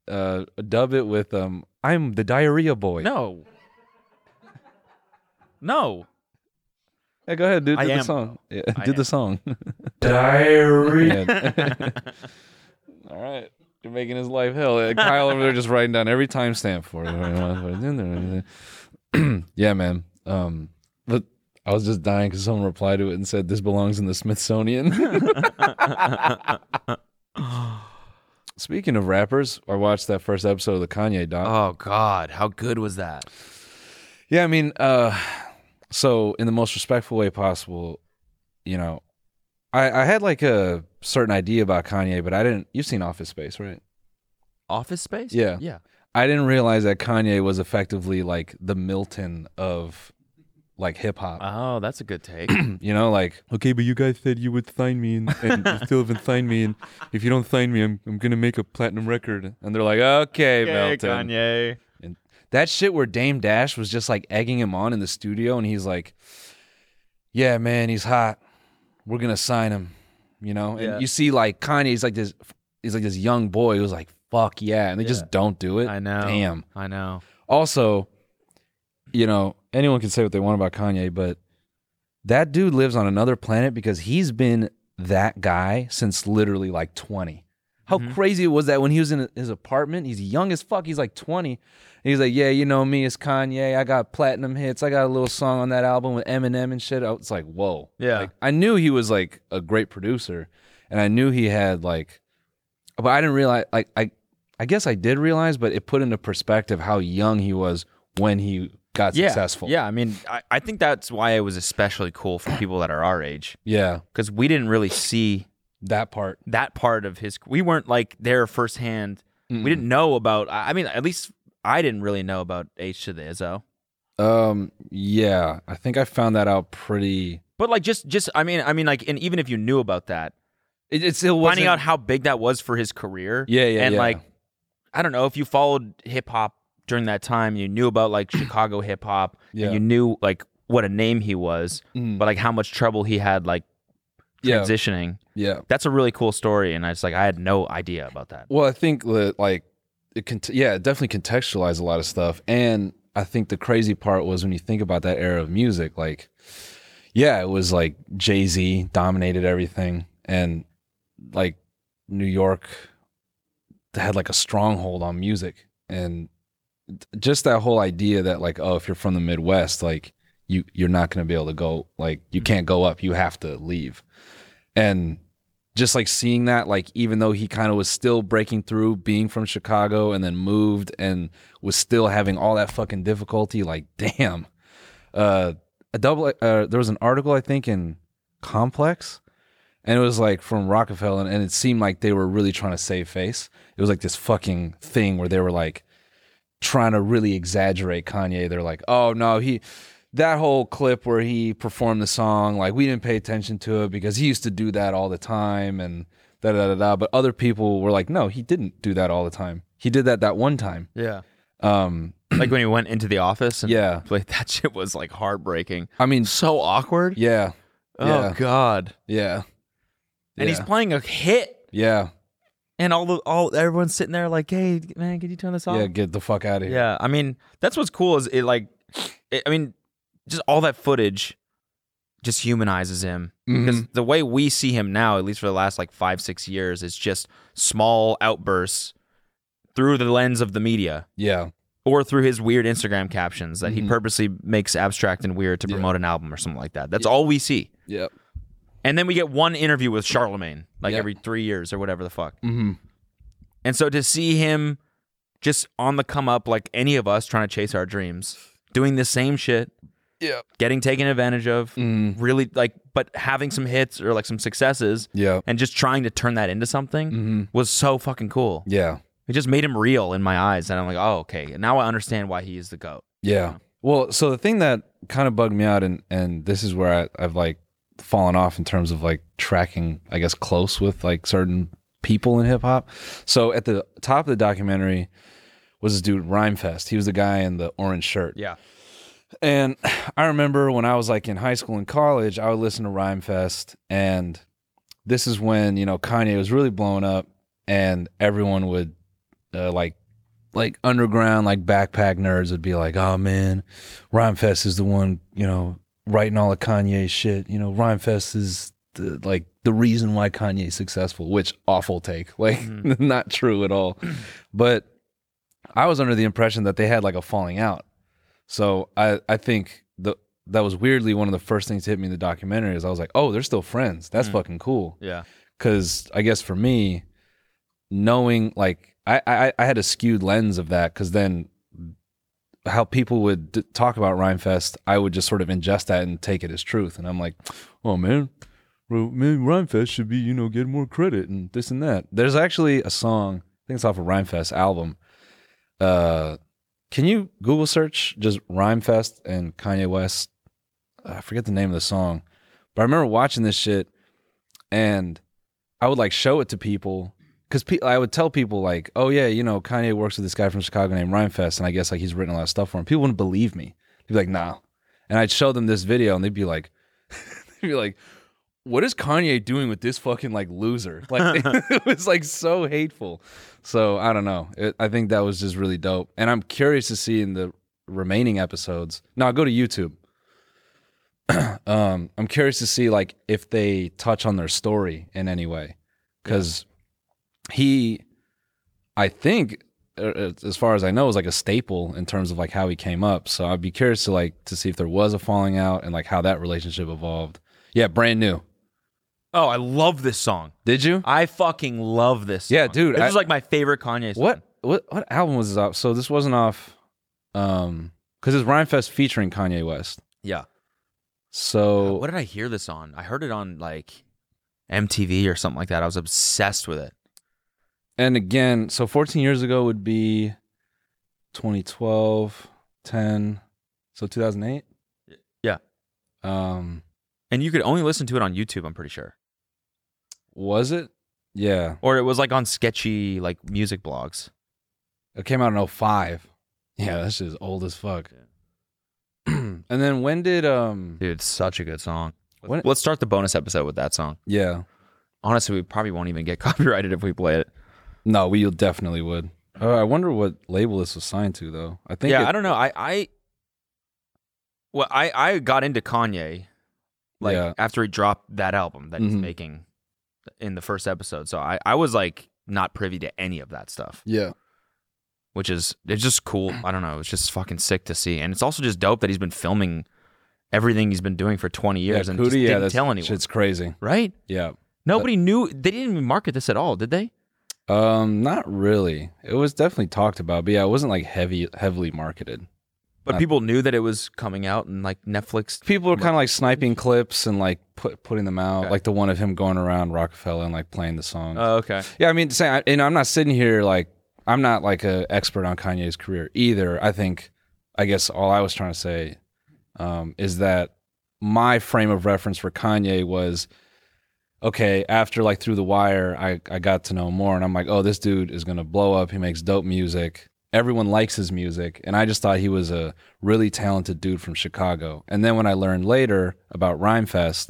A: uh dub it with um I'm the diarrhea boy.
B: No. No.
A: *laughs* Yeah, go ahead, dude.
B: I
A: Do the
B: am,
A: song. Yeah,
B: I
A: do
B: am.
A: the
B: *laughs*
A: song.
F: Diarrhea.
A: Yeah. *laughs* All right. You're making his life hell. Uh, Kyle over there just writing down every timestamp for it. *clears throat* yeah, man. Um, but I was just dying because someone replied to it and said this belongs in the Smithsonian. *laughs* Speaking of rappers, I watched that first episode of the Kanye doc.
B: Oh God, how good was that?
A: Yeah, I mean, uh, so in the most respectful way possible, you know, I, I had like a certain idea about Kanye, but I didn't. You've seen Office Space, right?
B: Office Space.
A: Yeah.
B: Yeah.
A: I didn't realize that Kanye was effectively like the Milton of like hip hop.
B: Oh, that's a good take.
A: you know, like okay, but you guys said you would sign me, and, and *laughs* you still haven't signed me, and if you don't sign me, I'm I'm gonna make a platinum record. And they're like, okay, Melton.
B: Kanye.
A: And that shit where Dame Dash was just like egging him on in the studio, and he's like, "Yeah, man, he's hot. We're gonna sign him," you know. And
B: Yeah.
A: you see like Kanye's like this, he's like this young boy who's like, "Fuck yeah," and they just don't do it.
B: I know.
A: Damn.
B: I know.
A: Also, you know, anyone can say what they want about Kanye, but that dude lives on another planet because he's been that guy since literally like 20. How crazy was that when he was in his apartment? He's young as fuck. He's like 20. And he's like, Yeah, you know me, it's Kanye. I got platinum hits. I got a little song on that album with Eminem and shit. I was like, Whoa.
B: Yeah.
A: Like, I knew he was like a great producer and I knew he had like, but I didn't realize, like, I, I guess I did realize, but it put into perspective how young he was when he got
B: Yeah.
A: successful.
B: Yeah. I mean, I, I think that's why it was especially cool for people that are our age
A: Yeah.
B: because we didn't really see
A: That part.
B: that part of his we weren't like there firsthand we didn't know about i I mean at least i didn't really know about h to the izzo
A: Um, yeah, I think I found that out pretty.
B: but like just just i mean i mean like and even if you knew about that
A: It, it still wasn't.
B: finding out how big that was for his career
A: Yeah, yeah,
B: and
A: yeah.
B: like i don't know if you followed hip-hop during that time you knew about
A: *clears throat*
B: like chicago hip-hop
A: Yeah.
B: and you knew like what a name he was
A: Mm.
B: but like how much trouble he had like
A: Yeah.
B: transitioning
A: yeah.
B: that's a really cool story and i just like i had no idea about that
A: Well, I think that like it can. yeah, it definitely contextualized a lot of stuff, and I think the crazy part was when you think about that era of music, like, yeah, it was like Jay Z dominated everything, and like New York had like a stronghold on music, and just that whole idea that like, oh, if you're from the Midwest, like you you're not gonna be able to go, like you can't go up, you have to leave, and just like seeing that, like even though he kind of was still breaking through, being from Chicago and then moved and was still having all that fucking difficulty, like *laughs* damn. Uh, a double. Uh, there was an article I think in Complex, and it was like from Rockefeller, and, and it seemed like they were really trying to save face. It was like this fucking thing where they were like trying to really exaggerate Kanye. They're like, oh no, he that whole clip where he performed the song, like we didn't pay attention to it because he used to do that all the time and da da da da. But other people were like, no, he didn't do that all the time. He did that that one time.
B: yeah
A: Um,
B: *clears throat* like when he went into the office *laughs* and
A: Yeah.
B: like that shit was like heartbreaking
A: I mean,
B: so awkward
A: yeah,
B: oh
A: yeah.
B: god
A: yeah,
B: and he's
A: Yeah.
B: playing a hit
A: yeah,
B: and all the all everyone's sitting there like hey man can you turn this off
A: yeah. Get the fuck out of here.
B: Yeah, i mean that's what's cool is it like it, i mean just all that footage just humanizes him because the way we see him now at least for the last like five six years is just small outbursts through the lens of the media
A: yeah,
B: or through his weird Instagram captions that
A: Mhm.
B: he purposely makes abstract and weird to promote an album or something like that. That's all we see.
A: yeah.
B: And then we get one interview with Charlemagne like
A: Yeah.
B: every 3 years or whatever the fuck.
A: Mm-hmm.
B: And so to see him just on the come up like any of us trying to chase our dreams, doing the same shit,
A: Yeah.
B: getting taken advantage of,
A: Mm.
B: really like but having some hits or like some successes
A: Yeah.
B: and just trying to turn that into something
A: Mhm.
B: was so fucking cool.
A: Yeah.
B: It just made him real in my eyes and I'm like, "Oh, okay. Now I understand why he is the goat."
A: Yeah. Well, so the thing that kind of bugged me out, and and this is where I, I've like fallen off in terms of like tracking, I guess, close with like certain people in hip hop. So at the top of the documentary was this dude Rhymefest. He was the guy in the orange shirt.
B: Yeah.
A: And I remember when I was like in high school and college, I would listen to Rhymefest, and this is when you know Kanye was really blowing up, and everyone would uh, like like underground like backpack nerds would be like, "Oh man, Rhymefest is the one you know writing all the Kanye shit. You know, Rhymefest is the, like the reason why Kanye's successful." Which awful take, *laughs* like not true at all. *clears throat* but I was under the impression that they had like a falling out. So I I think the that was weirdly one of the first things that hit me in the documentary is I was like, oh, they're still friends. That's fucking cool.
B: Yeah.
A: Because I guess for me, knowing like I I, I had a skewed lens of that because then how people would d- talk about Rhymefest, I would just sort of ingest that and take it as truth. And I'm like, oh man, well, man, Rhymefest should be you know get more credit and this and that. There's actually a song I think it's off a Rhymefest album. Uh, can you Google search just Rhymefest and Kanye West I forget the name of the song, but I remember watching this shit and I would like show it to people because pe- I would tell people like, oh yeah, you know, Kanye works with this guy from Chicago named Rhymefest, and I guess like he's written a lot of stuff for him. People wouldn't believe me. They'd be like, nah. And I'd show them this video, and they'd be like, *laughs* they'd be like, what is Kanye doing with this fucking like loser? *laughs* Like it was like so hateful. So I don't know. It, I think that was just really dope, and I'm curious to see in the remaining episodes. Now go to YouTube. um, I'm curious to see like if they touch on their story in any way, because he i think uh, as far as i know is like a staple in terms of like how he came up so i'd be curious to like to see if there was a falling out and like how that relationship evolved yeah brand new
B: Oh, I love this song.
A: did you
B: I fucking love this.
A: Yeah,
B: song.
A: dude,
B: This
A: I-
B: is like my favorite Kanye. Song.
A: what what what album was this off so this wasn't off um because it's rhyme fest featuring kanye west
B: Yeah.
A: so
B: What did I hear this on? I heard it on like MTV or something like that. I was obsessed with it.
A: and again so 14 years ago would be 2012 10 so 2008
B: Yeah.
A: um
B: And you could only listen to it on YouTube. I'm pretty sure,
A: was it yeah
B: or it was like on sketchy like music blogs.
A: It came out in 05. Yeah, that shit is old as fuck. *clears throat* and then when did um
B: Dude, it's such a good song.
A: When-
B: Let's start the bonus episode with that song.
A: yeah.
B: Honestly, we probably won't even get *laughs* copyrighted if we play it.
A: No, we definitely would. Uh, I wonder what label this was signed to though. I think
B: yeah,
A: it-
B: I don't know. I I well, I I got into Kanye like
A: Yeah.
B: after he dropped that album that he's
A: Mhm.
B: making in the first episode. So I I was like not privy to any of that stuff,
A: Yeah.
B: which is it's just cool.
A: Mm.
B: I don't know. It's just fucking sick to see, and it's also just dope that he's been filming everything he's been doing for twenty years and
A: Cootie,
B: just
A: yeah,
B: didn't
A: that's-
B: tell anyone.
A: Shit's crazy.
B: right?
A: Yeah.
B: Nobody knew. They didn't even market this at all, did they?
A: Um not really. It was definitely talked about, but yeah, it wasn't like heavy heavily marketed.
B: But people knew that it was coming out and like Netflix.
A: People were kind of like sniping clips and like put, putting them out,
B: Okay.
A: like the one of him going around Rockefeller and like playing the song.
B: Oh, okay.
A: Yeah, I mean, saying, and I'm not sitting here like I'm not like a expert on Kanye's career either. I think, I guess, all I was trying to say um, is that my frame of reference for Kanye was okay. After like Through the Wire, I I got to know more, and I'm like, oh, this dude is gonna blow up. He makes dope music. Everyone likes his music, and I just thought he was a really talented dude from Chicago. And then when I learned later about Rhymefest,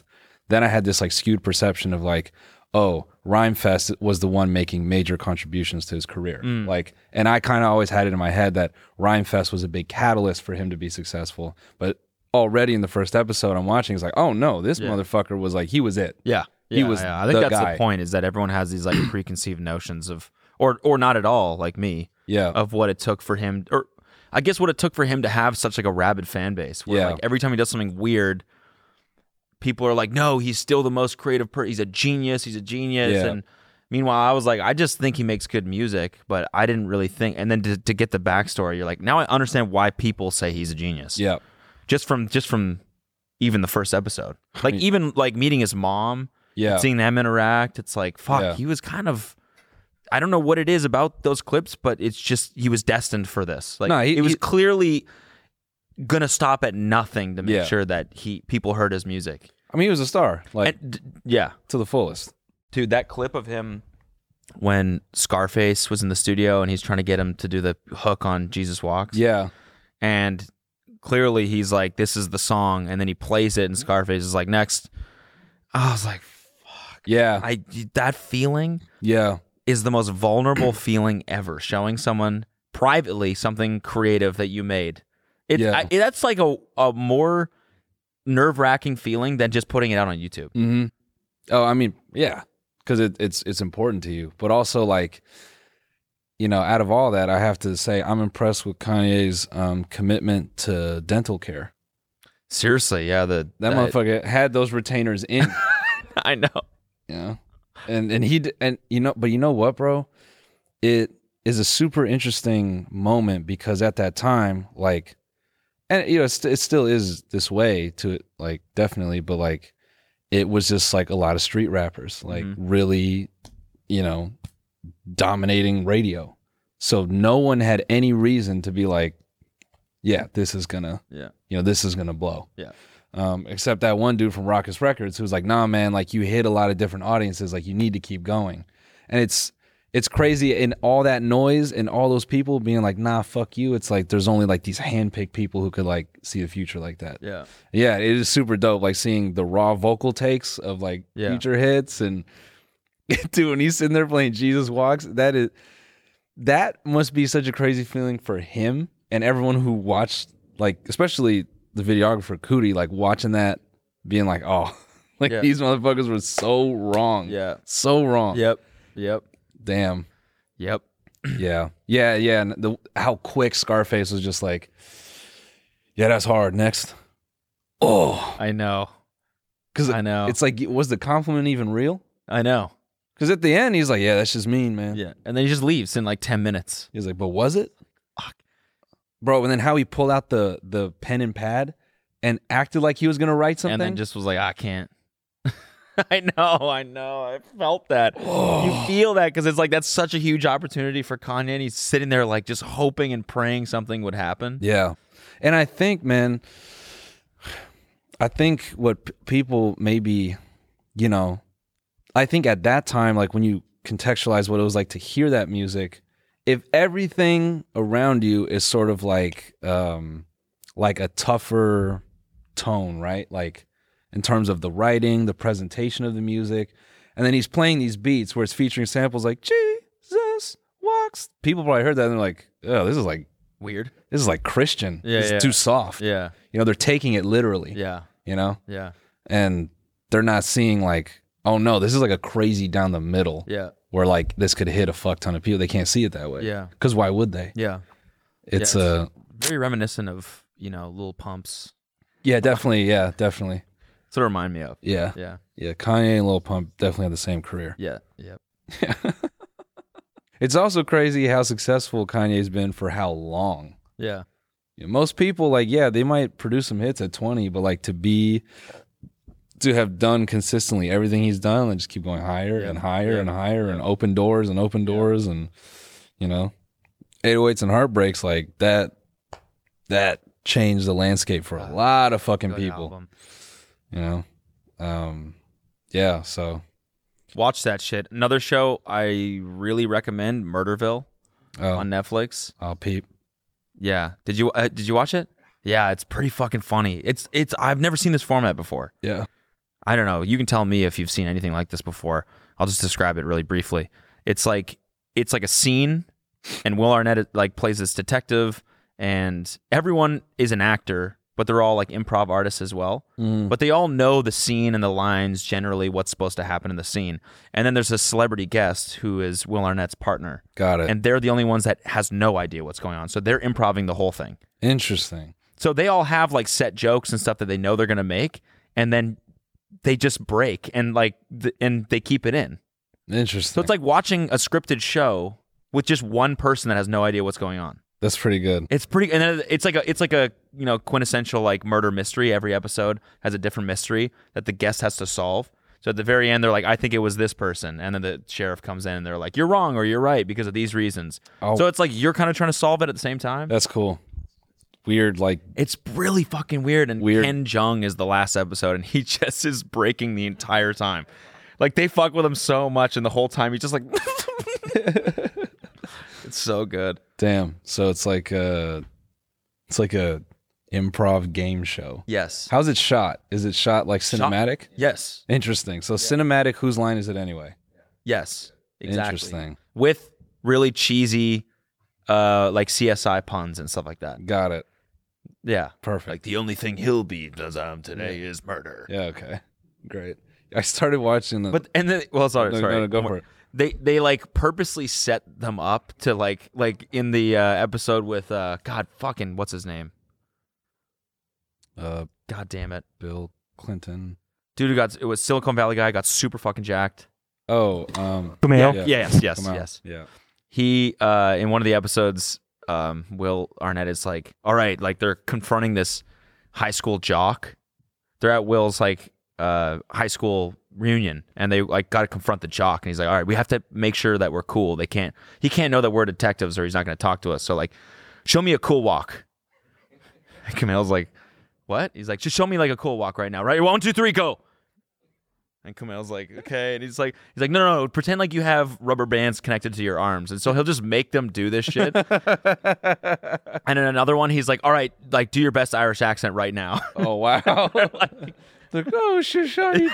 A: then I had this like skewed perception of like, oh, Rhymefest was the one making major contributions to his career. Like, and I kind of always had it in my head that Rhymefest was a big catalyst for him to be successful. But already in the first episode I'm watching, it's like, oh no, this motherfucker was like, he was it.
B: Yeah.
A: He
B: Yeah,
A: was
B: yeah. I think
A: the
B: that's
A: guy.
B: the point is that everyone has these like *clears throat* preconceived notions of or or not at all like me
A: Yeah.
B: of what it took for him or I guess what it took for him to have such like a rabid fan base where
A: Yeah.
B: like every time he does something weird people are like no he's still the most creative per- he's a genius he's a genius
A: Yeah.
B: and meanwhile I was like I just think he makes good music but I didn't really think and then to, to get the backstory you're like now I understand why people say he's a genius
A: yeah.
B: just from just from even the first episode like even like meeting his mom
A: Yeah.
B: seeing them interact it's like fuck
A: Yeah.
B: he was kind of i don't know what it is about those clips but it's just he was destined for this like
A: No, he-
B: it was
A: he-
B: clearly gonna stop at nothing to make
A: Yeah.
B: sure that he people heard his music
A: I mean, he was a star, like
B: and d- yeah
A: to the fullest.
B: dude that clip of him when scarface was in the studio and he's trying to get him to do the hook on jesus walks
A: Yeah.
B: and clearly he's like this is the song and then he plays it and scarface is like next i was like
A: Yeah.
B: i that feeling
A: yeah.
B: is the most *clears throat* vulnerable feeling ever. Showing someone privately something creative that you made. It,
A: Yeah.
B: I, that's like a, a more nerve wracking feeling than just putting it out on YouTube.
A: hmm Oh, I mean, yeah, because it, it's it's important to you, but also like, you know, out of all that, I have to say I'm impressed with Kanye's um, commitment to dental care.
B: Seriously, yeah. The
A: That motherfucker had those retainers in,
B: *laughs* I know.
A: you know, and and he d- and you know, but you know what, bro, it is a super interesting moment because at that time, like, and you know, it, st- it still is this way to like definitely, but like, it was just like a lot of street rappers, like
B: Mhm.
A: really, you know, dominating radio. So no one had any reason to be like, yeah, this is gonna,
B: Yeah.
A: you know, this is gonna blow.
B: Yeah.
A: Um, except that one dude from Rockus Records who was like, "Nah, man, like you hit a lot of different audiences. Like you need to keep going." And it's it's crazy in all that noise and all those people being like, "Nah, fuck you." It's like there's only like these handpicked people who could like see the future like that.
B: Yeah.
A: Yeah, it is super dope. Like seeing the raw vocal takes of like
B: Yeah.
A: future hits and *laughs* dude, when he's sitting there playing Jesus Walks, that is that must be such a crazy feeling for him and everyone who watched, like especially the videographer Cootie, like watching that, being like, oh, *laughs* like
B: Yeah.
A: these motherfuckers were so wrong,
B: Yeah.
A: so wrong,
B: Yep. Yep.
A: damn,
B: Yep.
A: yeah, yeah, yeah. And the how quick Scarface was just like, yeah, that's hard. Next, oh,
B: I know.
A: because
B: I know.
A: it's like, was the compliment even real?
B: I know.
A: Because at the end, he's like, yeah, that's just mean, man.
B: Yeah. And then he just leaves in like 10 minutes.
A: He's like, but was it?
B: Fuck.
A: Bro, and then how he pulled out the the pen and pad and acted like he was gonna write something.
B: And then just was like, "Ah, I can't. *laughs* I know, I know. I felt that. You
A: *gasps*
B: feel that because it's like that's such a huge opportunity for Kanye. And he's sitting there like just hoping and praying something would happen.
A: Yeah. And I think, man, I think what p- people maybe, you know, I think at that time, like when you contextualize what it was like to hear that music, if everything around you is sort of like, um, like a tougher tone, right? Like in terms of the writing, the presentation of the music, and then he's playing these beats where it's featuring samples like Jesus walks. People probably heard that and they're like, "Oh, this is like
B: Weird.
A: this is like Christian.
B: Yeah,
A: it's
B: yeah.
A: too soft.
B: Yeah.
A: You know, they're taking it literally.
B: Yeah.
A: You know?
B: Yeah.
A: And they're not seeing like, oh no, this is like a crazy down the middle
B: Yeah.
A: where like this could hit a fuck ton of people. They can't see it that way.
B: Yeah.
A: Cause why would they?
B: Yeah.
A: It's
B: Yeah,
A: uh
B: it's- Very reminiscent of, you know, little pumps.
A: yeah, definitely, yeah, definitely.
B: That's what it remind me of.
A: Yeah.
B: Yeah.
A: Yeah. Kanye and Lil Pump definitely had the same career.
B: Yeah. Yep.
A: It's also crazy how successful Kanye's been for how long.
B: Yeah.
A: You know, most people like yeah they might produce some hits at 20 but like to be to have done consistently everything he's done and just keep going higher
B: Yeah.
A: and higher
B: Yeah.
A: and higher and open doors and open doors and you know 808s and heartbreaks like that that changed the landscape for a lot of fucking
B: Good
A: people
B: album.
A: you know um yeah so
B: Watch that shit. Another show I really recommend, Murderville
A: oh,
B: on Netflix.
A: I'll peep
B: Yeah. Did you uh, did you watch it? Yeah, it's pretty fucking funny. It's it's I've never seen this format before.
A: yeah
B: I don't know. You can tell me if you've seen anything like this before. I'll just describe it really briefly. It's like it's like a scene, and Will Arnett like plays this detective, and everyone is an actor, but they're all like improv artists as well. But they all know the scene and the lines generally, what's supposed to happen in the scene. And then there's a celebrity guest who is Will Arnett's partner,
A: got it
B: and they're the only ones that has no idea what's going on. So they're improving the whole thing.
A: interesting
B: So they all have like set jokes and stuff that they know they're gonna make, and then they just break and like th- and they keep it in.
A: interesting
B: So it's like watching a scripted show with just one person that has no idea what's going on.
A: that's pretty good
B: It's pretty, and then it's like a it's like a you know quintessential like murder mystery. Every episode has a different mystery that the guest has to solve. So at the very end, they're like, "I think it was this person," and then the sheriff comes in and they're like, "You're wrong or you're right because of these reasons."
A: Oh.
B: So it's like you're kind of trying to solve it at the same time.
A: that's cool weird like
B: It's really fucking weird. And
A: Weird.
B: Ken Jung is the last episode, and he *laughs* just is breaking the entire time. Like they fuck with him so much, and the whole time he's just like, *laughs* it's so good.
A: Damn. So it's like a, it's like a improv game show.
B: Yes.
A: How's it shot? Is it shot like cinematic?
B: Yes.
A: Interesting. So cinematic. Whose line is it anyway?
B: Yes. Exactly.
A: Interesting.
B: With really cheesy, uh, like CSI puns and stuff like that.
A: Got it.
B: Yeah.
A: Perfect.
B: Like the only thing he'll be does um today is murder.
A: yeah. Okay. Great. I started watching
B: *laughs*
A: the.
B: But and then well sorry
A: No,
B: sorry
A: no, no, go
B: One
A: for
B: more.
A: it.
B: They they like purposely set them up to like like in the uh, episode with uh God fucking what's his name
A: uh,
B: God damn it
A: Bill Clinton.
B: dude who got it was Silicon Valley guy got super fucking jacked
A: Oh. Um.
B: yeah,
A: Yeah.
B: yes yes
A: Kamau.
B: yes
A: Yeah.
B: he uh in one of the episodes um Will Arnett is like all right like they're confronting this high school jock they're at Will's like uh high school reunion and they like got to confront the jock and he's like all right we have to make sure that we're cool they can't he can't know that we're *laughs* detectives or he's not going to talk to us so like show me a cool walk and Camille's like what? He's like, just show me like a cool walk right now, right? One, two, three, go. And Kumail's like, okay. And he's like, he's like, no, no, no, pretend like you have rubber bands connected to your arms. And so he'll just make them do this *laughs* shit. and in another one, he's like, all right, like do your best Irish accent right now.
A: Oh wow. like, oh Shoshani,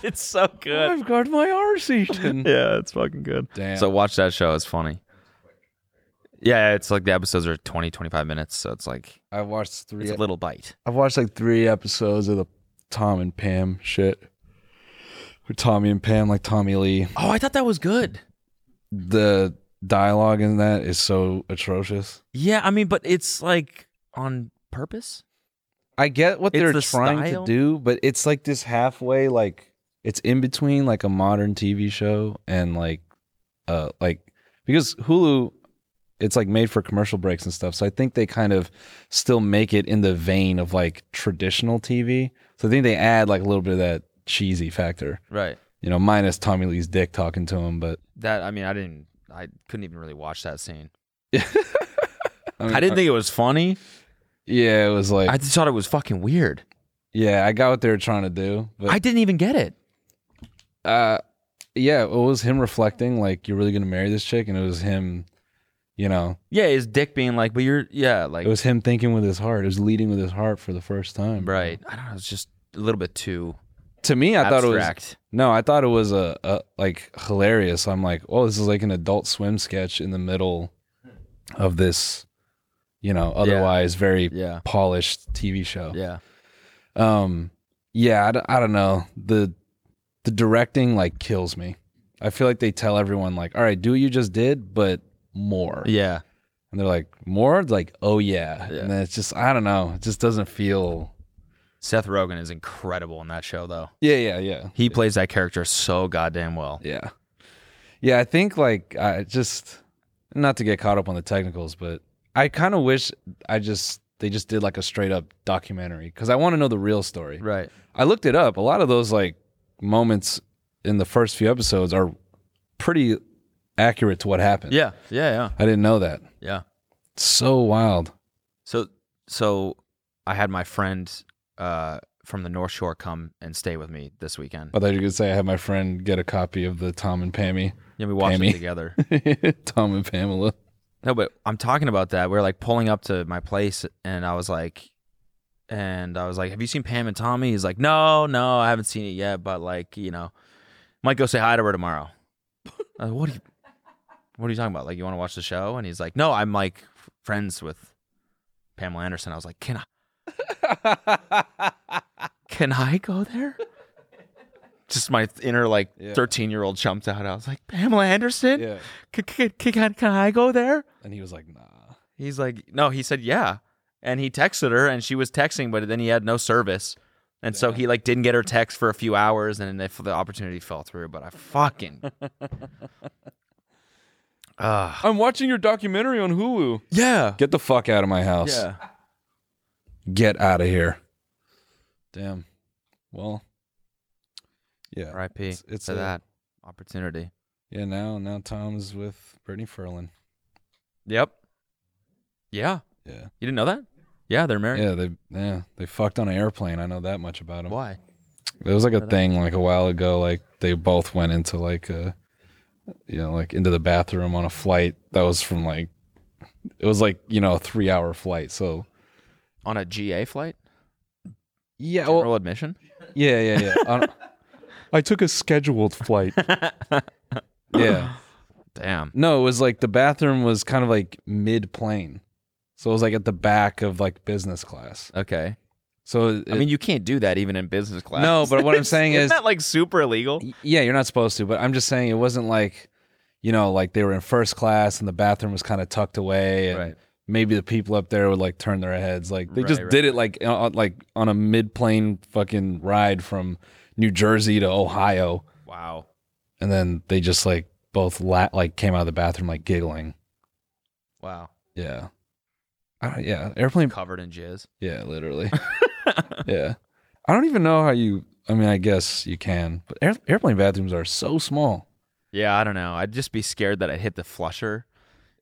B: *laughs* it's so good.
A: I've got my arse eaten.
B: *laughs* Yeah, it's fucking good. *laughs*
A: Damn.
B: So watch that show. It's funny. Yeah, it's like the episodes are 20, 25 minutes. So it's like,
A: I watched three
B: it's a little bite.
A: I've watched like three episodes of the Tom and Pam shit. With Tommy and Pam, like Tommy Lee.
B: Oh, I thought that was good.
A: The dialogue in that is so atrocious.
B: Yeah, I mean, but it's like on purpose.
A: I get what
B: It's
A: they're
B: the
A: trying
B: style.
A: to do, but it's like this halfway, like it's in between like a modern TV show and like uh like because Hulu it's like made for commercial breaks and stuff. So I think they kind of still make it in the vein of like traditional TV. So I think they add like a little bit of that cheesy factor.
B: Right.
A: You know, minus Tommy Lee's dick talking to him, but
B: That I mean, I didn't. I couldn't even really watch that scene.
A: mean, uh,
B: I didn't think it was funny.
A: yeah, it was like
B: I just thought it was fucking weird.
A: yeah, I got what they were trying to do, but
B: I didn't even get it.
A: uh yeah it was him reflecting like you're really gonna marry this chick and it was him you know
B: Yeah, his dick being like, but you're yeah, like
A: it was him thinking with his heart it was leading with his heart for the first time
B: right. I don't know. It's just a little bit too
A: to me i thought it was
B: abstract.
A: no i thought it was a, a like hilarious i'm like oh this is like an adult swim sketch in the middle of this you know otherwise very
B: Yeah.
A: polished tv show
B: yeah.
A: um yeah I, d- I don't know the the directing like kills me i feel like they tell everyone like all right do what you just did but more
B: Yeah.
A: And they're like, more? It's like, oh yeah.
B: Yeah.
A: And then it's just, I don't know. It just doesn't feel.
B: Seth Rogen is incredible in that show, though.
A: Yeah, yeah, yeah.
B: He plays that character so goddamn well.
A: Yeah. Yeah, I think like, I just, not to get caught up on the technicals, but I kind of wish I just, they just did like a straight up documentary because I want to know the real story.
B: Right.
A: I looked it up. A lot of those like moments in the first few episodes are pretty accurate to what happened.
B: Yeah. Yeah. Yeah.
A: I didn't know that.
B: Yeah.
A: It's so wild.
B: So so I had my friend uh from the North Shore come and stay with me this weekend.
A: I thought you were going to say I had my friend get a copy of the Tom and Pammy. *laughs*
B: Yeah, we watched
A: Pammy.
B: it together.
A: Tom and Pamela.
B: No, but I'm talking about that. We are like pulling up to my place, and I was like, and I was like, "Have you seen Pam and Tommy?" He's like, "No, no, I haven't seen it yet, but like, you know, might go say hi to her tomorrow." I was like, what are you, what are you talking about? Like, you want to watch the show? And he's like, "No, I'm like f- friends with Pamela Anderson." I was like, "Can
A: *laughs*
B: I? Can I go there?" Just my inner like
A: Yeah.
B: 13 year old jumped out. I was like, "Pamela Anderson?
A: Yeah.
B: C- c- c- can, can I go there?"
A: And he was like, nah.
B: He's like, no, he said, yeah. And he texted her and she was texting, but then he had no service. And so he like didn't get her text for a few hours and then if the opportunity fell through, but I
A: *laughs*
B: fucking Ah.
A: I'm watching your documentary on Hulu.
B: yeah.
A: Get the fuck out of my house.
B: Yeah.
A: Get out of here. Damn. Well. Yeah.
B: RIP
A: It's, it's
B: to
A: a-
B: that opportunity.
A: Yeah, now now Tom's with Brittany Ferlin.
B: Yep. Yeah.
A: Yeah.
B: You didn't know that? Yeah, they're married.
A: Yeah, they yeah, they fucked on an airplane. I know that much about them.
B: Why?
A: It was like a thing like a while ago. Like they both went into like a, you know, like into the bathroom on a flight that was from like, it was like you know a three hour flight. So
B: On a GA flight?
A: yeah,
B: General admission?
A: yeah, yeah, yeah. I, don't- *laughs* I took a scheduled *laughs* flight. yeah,
B: Damn.
A: *laughs* no, it was like the bathroom was kind of like mid plane, so it was like at the back of like business class.
B: Okay.
A: So it,
B: I mean, you can't do that even in business class.
A: No, but what I'm
B: *laughs*
A: saying
B: Isn't
A: is-
B: that like super illegal?
A: Y- Yeah, you're not supposed to, but I'm just saying it wasn't like, you know, like they were in first class and the bathroom was kind of tucked away, and
B: Right.
A: maybe the people up there would like turn their heads. Like they just
B: Right, right,
A: did it like on, like on a mid-plane fucking ride from New Jersey to Ohio,
B: Wow.
A: and then they just like both la- like came out of the bathroom like giggling.
B: Wow.
A: Yeah, I don't, yeah, airplane.
B: Covered in jizz.
A: Yeah, literally. *laughs* yeah, I don't even know how you. I mean, I guess you can, but air, airplane bathrooms are so small.
B: Yeah, I don't know. I'd just be scared that I'd hit the flusher.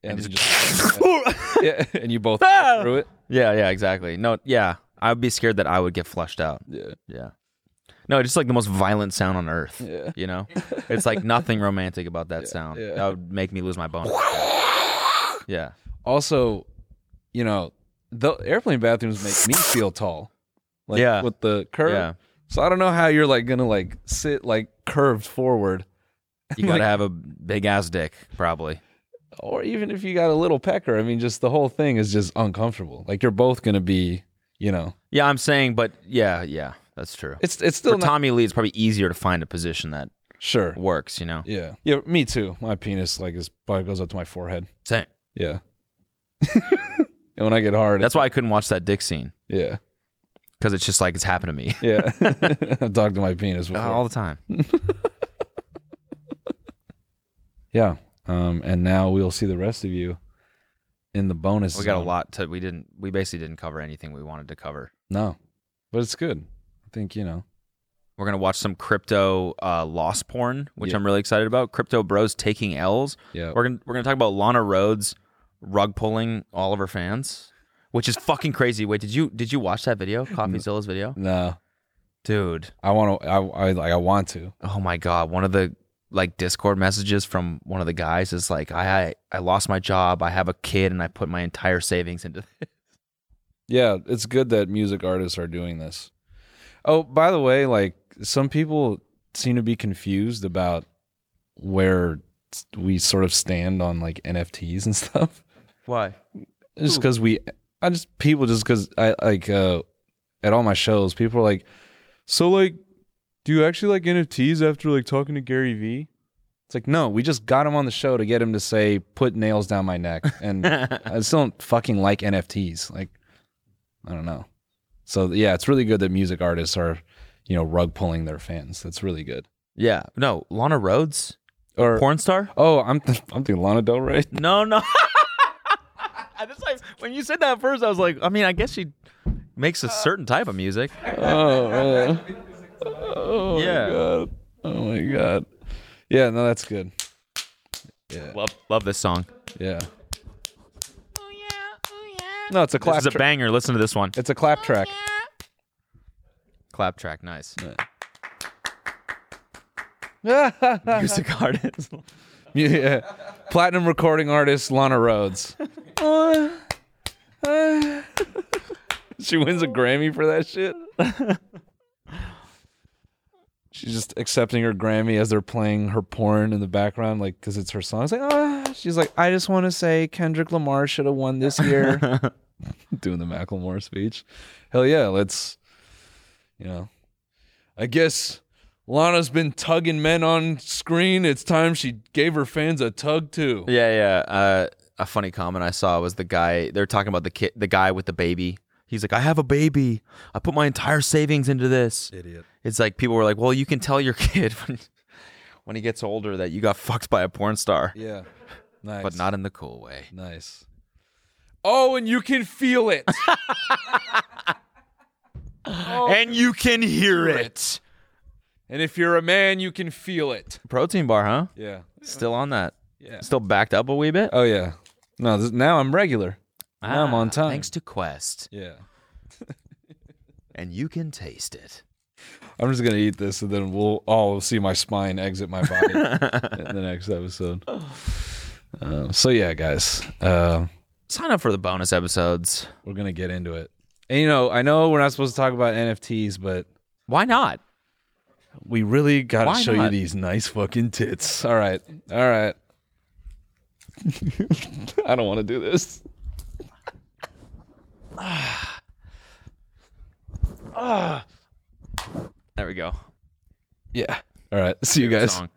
A: and,
B: And *laughs*
A: *laughs*
B: Ah!
A: you just- yeah, and you both through it.
B: Yeah, yeah, exactly. No, yeah. I I'd be scared that I would get flushed out.
A: Yeah.
B: Yeah. No, just like the most violent sound on earth.
A: Yeah.
B: You
A: *laughs*
B: know? It's like nothing romantic about that sound.
A: yeah.
B: That would make me lose my
A: *laughs*
B: bone. yeah.
A: Also, you know, the airplane bathrooms make me feel tall. Like
B: Yeah.
A: with the curve.
B: Yeah.
A: So I don't know how you're like gonna like sit like curved forward.
B: You gotta have a big ass dick, probably.
A: Or even if you got a little pecker, I mean just the whole thing is just uncomfortable. Like you're both gonna be, you know.
B: Yeah, I'm saying, but yeah, yeah, that's true.
A: It's it's
B: For
A: still not
B: Tommy Lee, it's probably easier to find a position that
A: sure.
B: works, you know?
A: Yeah. Yeah, me too. My penis like is probably goes up to my forehead.
B: Same.
A: Yeah. *laughs* and when I get hard,
B: That's why I couldn't watch that dick scene
A: yeah,
B: because it's just like it's happened to me *laughs*
A: yeah. *laughs* I talked to my penis before.
B: all the time.
A: yeah. Um, and now we'll see the rest of you in the bonus.
B: We got a
A: zone.
B: lot to, we didn't, we basically didn't cover anything we wanted to cover.
A: No, but it's good. I think you know.
B: We're gonna watch some crypto uh, loss porn, which
A: Yeah.
B: I'm really excited about. Crypto bros taking L's.
A: Yeah.
B: We're gonna we're gonna talk about Lana Rhodes rug pulling all of her fans, which is fucking crazy. Wait, did you did you watch that video? Coffeezilla's video,
A: No,
B: dude.
A: I want to. I, I like. I want to.
B: Oh my god. One of the like Discord messages from one of the guys is like, I I, I lost my job. I have a kid, and I put my entire savings into. *laughs*
A: Yeah, it's good that music artists are doing this. Oh, by the way, like some people seem to be confused about where we sort of stand on like NFTs and *laughs* stuff.
B: Why?
A: just because we i just people just because i like uh at all my shows people are like so like do you actually like nfts after like talking to gary vee it's like no we just got him on the show to get him to say put nails down my neck and i still don't fucking like nfts like i don't know so yeah it's really good that music artists are you know rug pulling their fans that's really good
B: Yeah. No, Lana Rhodes,
A: or
B: porn star.
A: oh i'm *laughs* th- i'm thinking lana del rey
B: No, no. *laughs* That's like, when you said that first, I was like, I mean, I guess she makes a certain type of music.
A: oh, man. oh
B: Yeah.
A: my god. Oh my god. Yeah, no, that's good.
B: Love, love this song.
A: Yeah. No, it's a
B: This
A: clap.
B: is a
A: Tra-
B: banger. Listen to this one.
A: it's a clap track. *laughs*
B: Clap track. Nice.
A: yeah.
B: *laughs* Music artist.
A: Platinum recording artist Lana Rhodes. *laughs* she wins a Grammy for that shit. *laughs* She's just accepting her Grammy as they're playing her porn in the background, like because it's her song. It's like, ah, she's like, I just want to say Kendrick Lamar should have won this *laughs* year. Doing the Macklemore speech, hell yeah, let's, you know, I guess Lana's been tugging men on screen. It's time she gave her fans a tug too.
B: Yeah, yeah. Uh, a funny comment I saw was the guy. They're talking about the kid, the guy with the baby. He's like, I have a baby. I put my entire savings into this. Idiot. It's like people were like, well, you can tell your *laughs* kid when, when he gets older that you got fucked by a porn star,
A: Yeah. Nice.
B: but not in the cool way.
A: nice. Oh, and you can feel *laughs* it.
B: And you can hear it.
A: and if you're a man, you can feel it.
B: Protein bar, huh?
A: Yeah.
B: Still on that.
A: Yeah.
B: Still backed up a wee bit.
A: Oh yeah. No, this, now I'm regular. now I'm on
B: Ah,
A: time.
B: Thanks to Quest.
A: Yeah.
B: And you can taste it.
A: I'm just gonna eat this, and then we'll all see my spine exit my *laughs* body in the next episode. Uh, so yeah, guys. Uh,
B: Sign up for the bonus episodes.
A: we're gonna get into it. And you know, I know we're not supposed to talk about NFTs, but
B: Why not?
A: we really gotta
B: Why
A: show you
B: not?
A: these nice fucking tits. All right, all right. *laughs* I don't want to do this.
B: There we go.
A: Yeah. All right. See you
B: Good
A: guys.
B: song.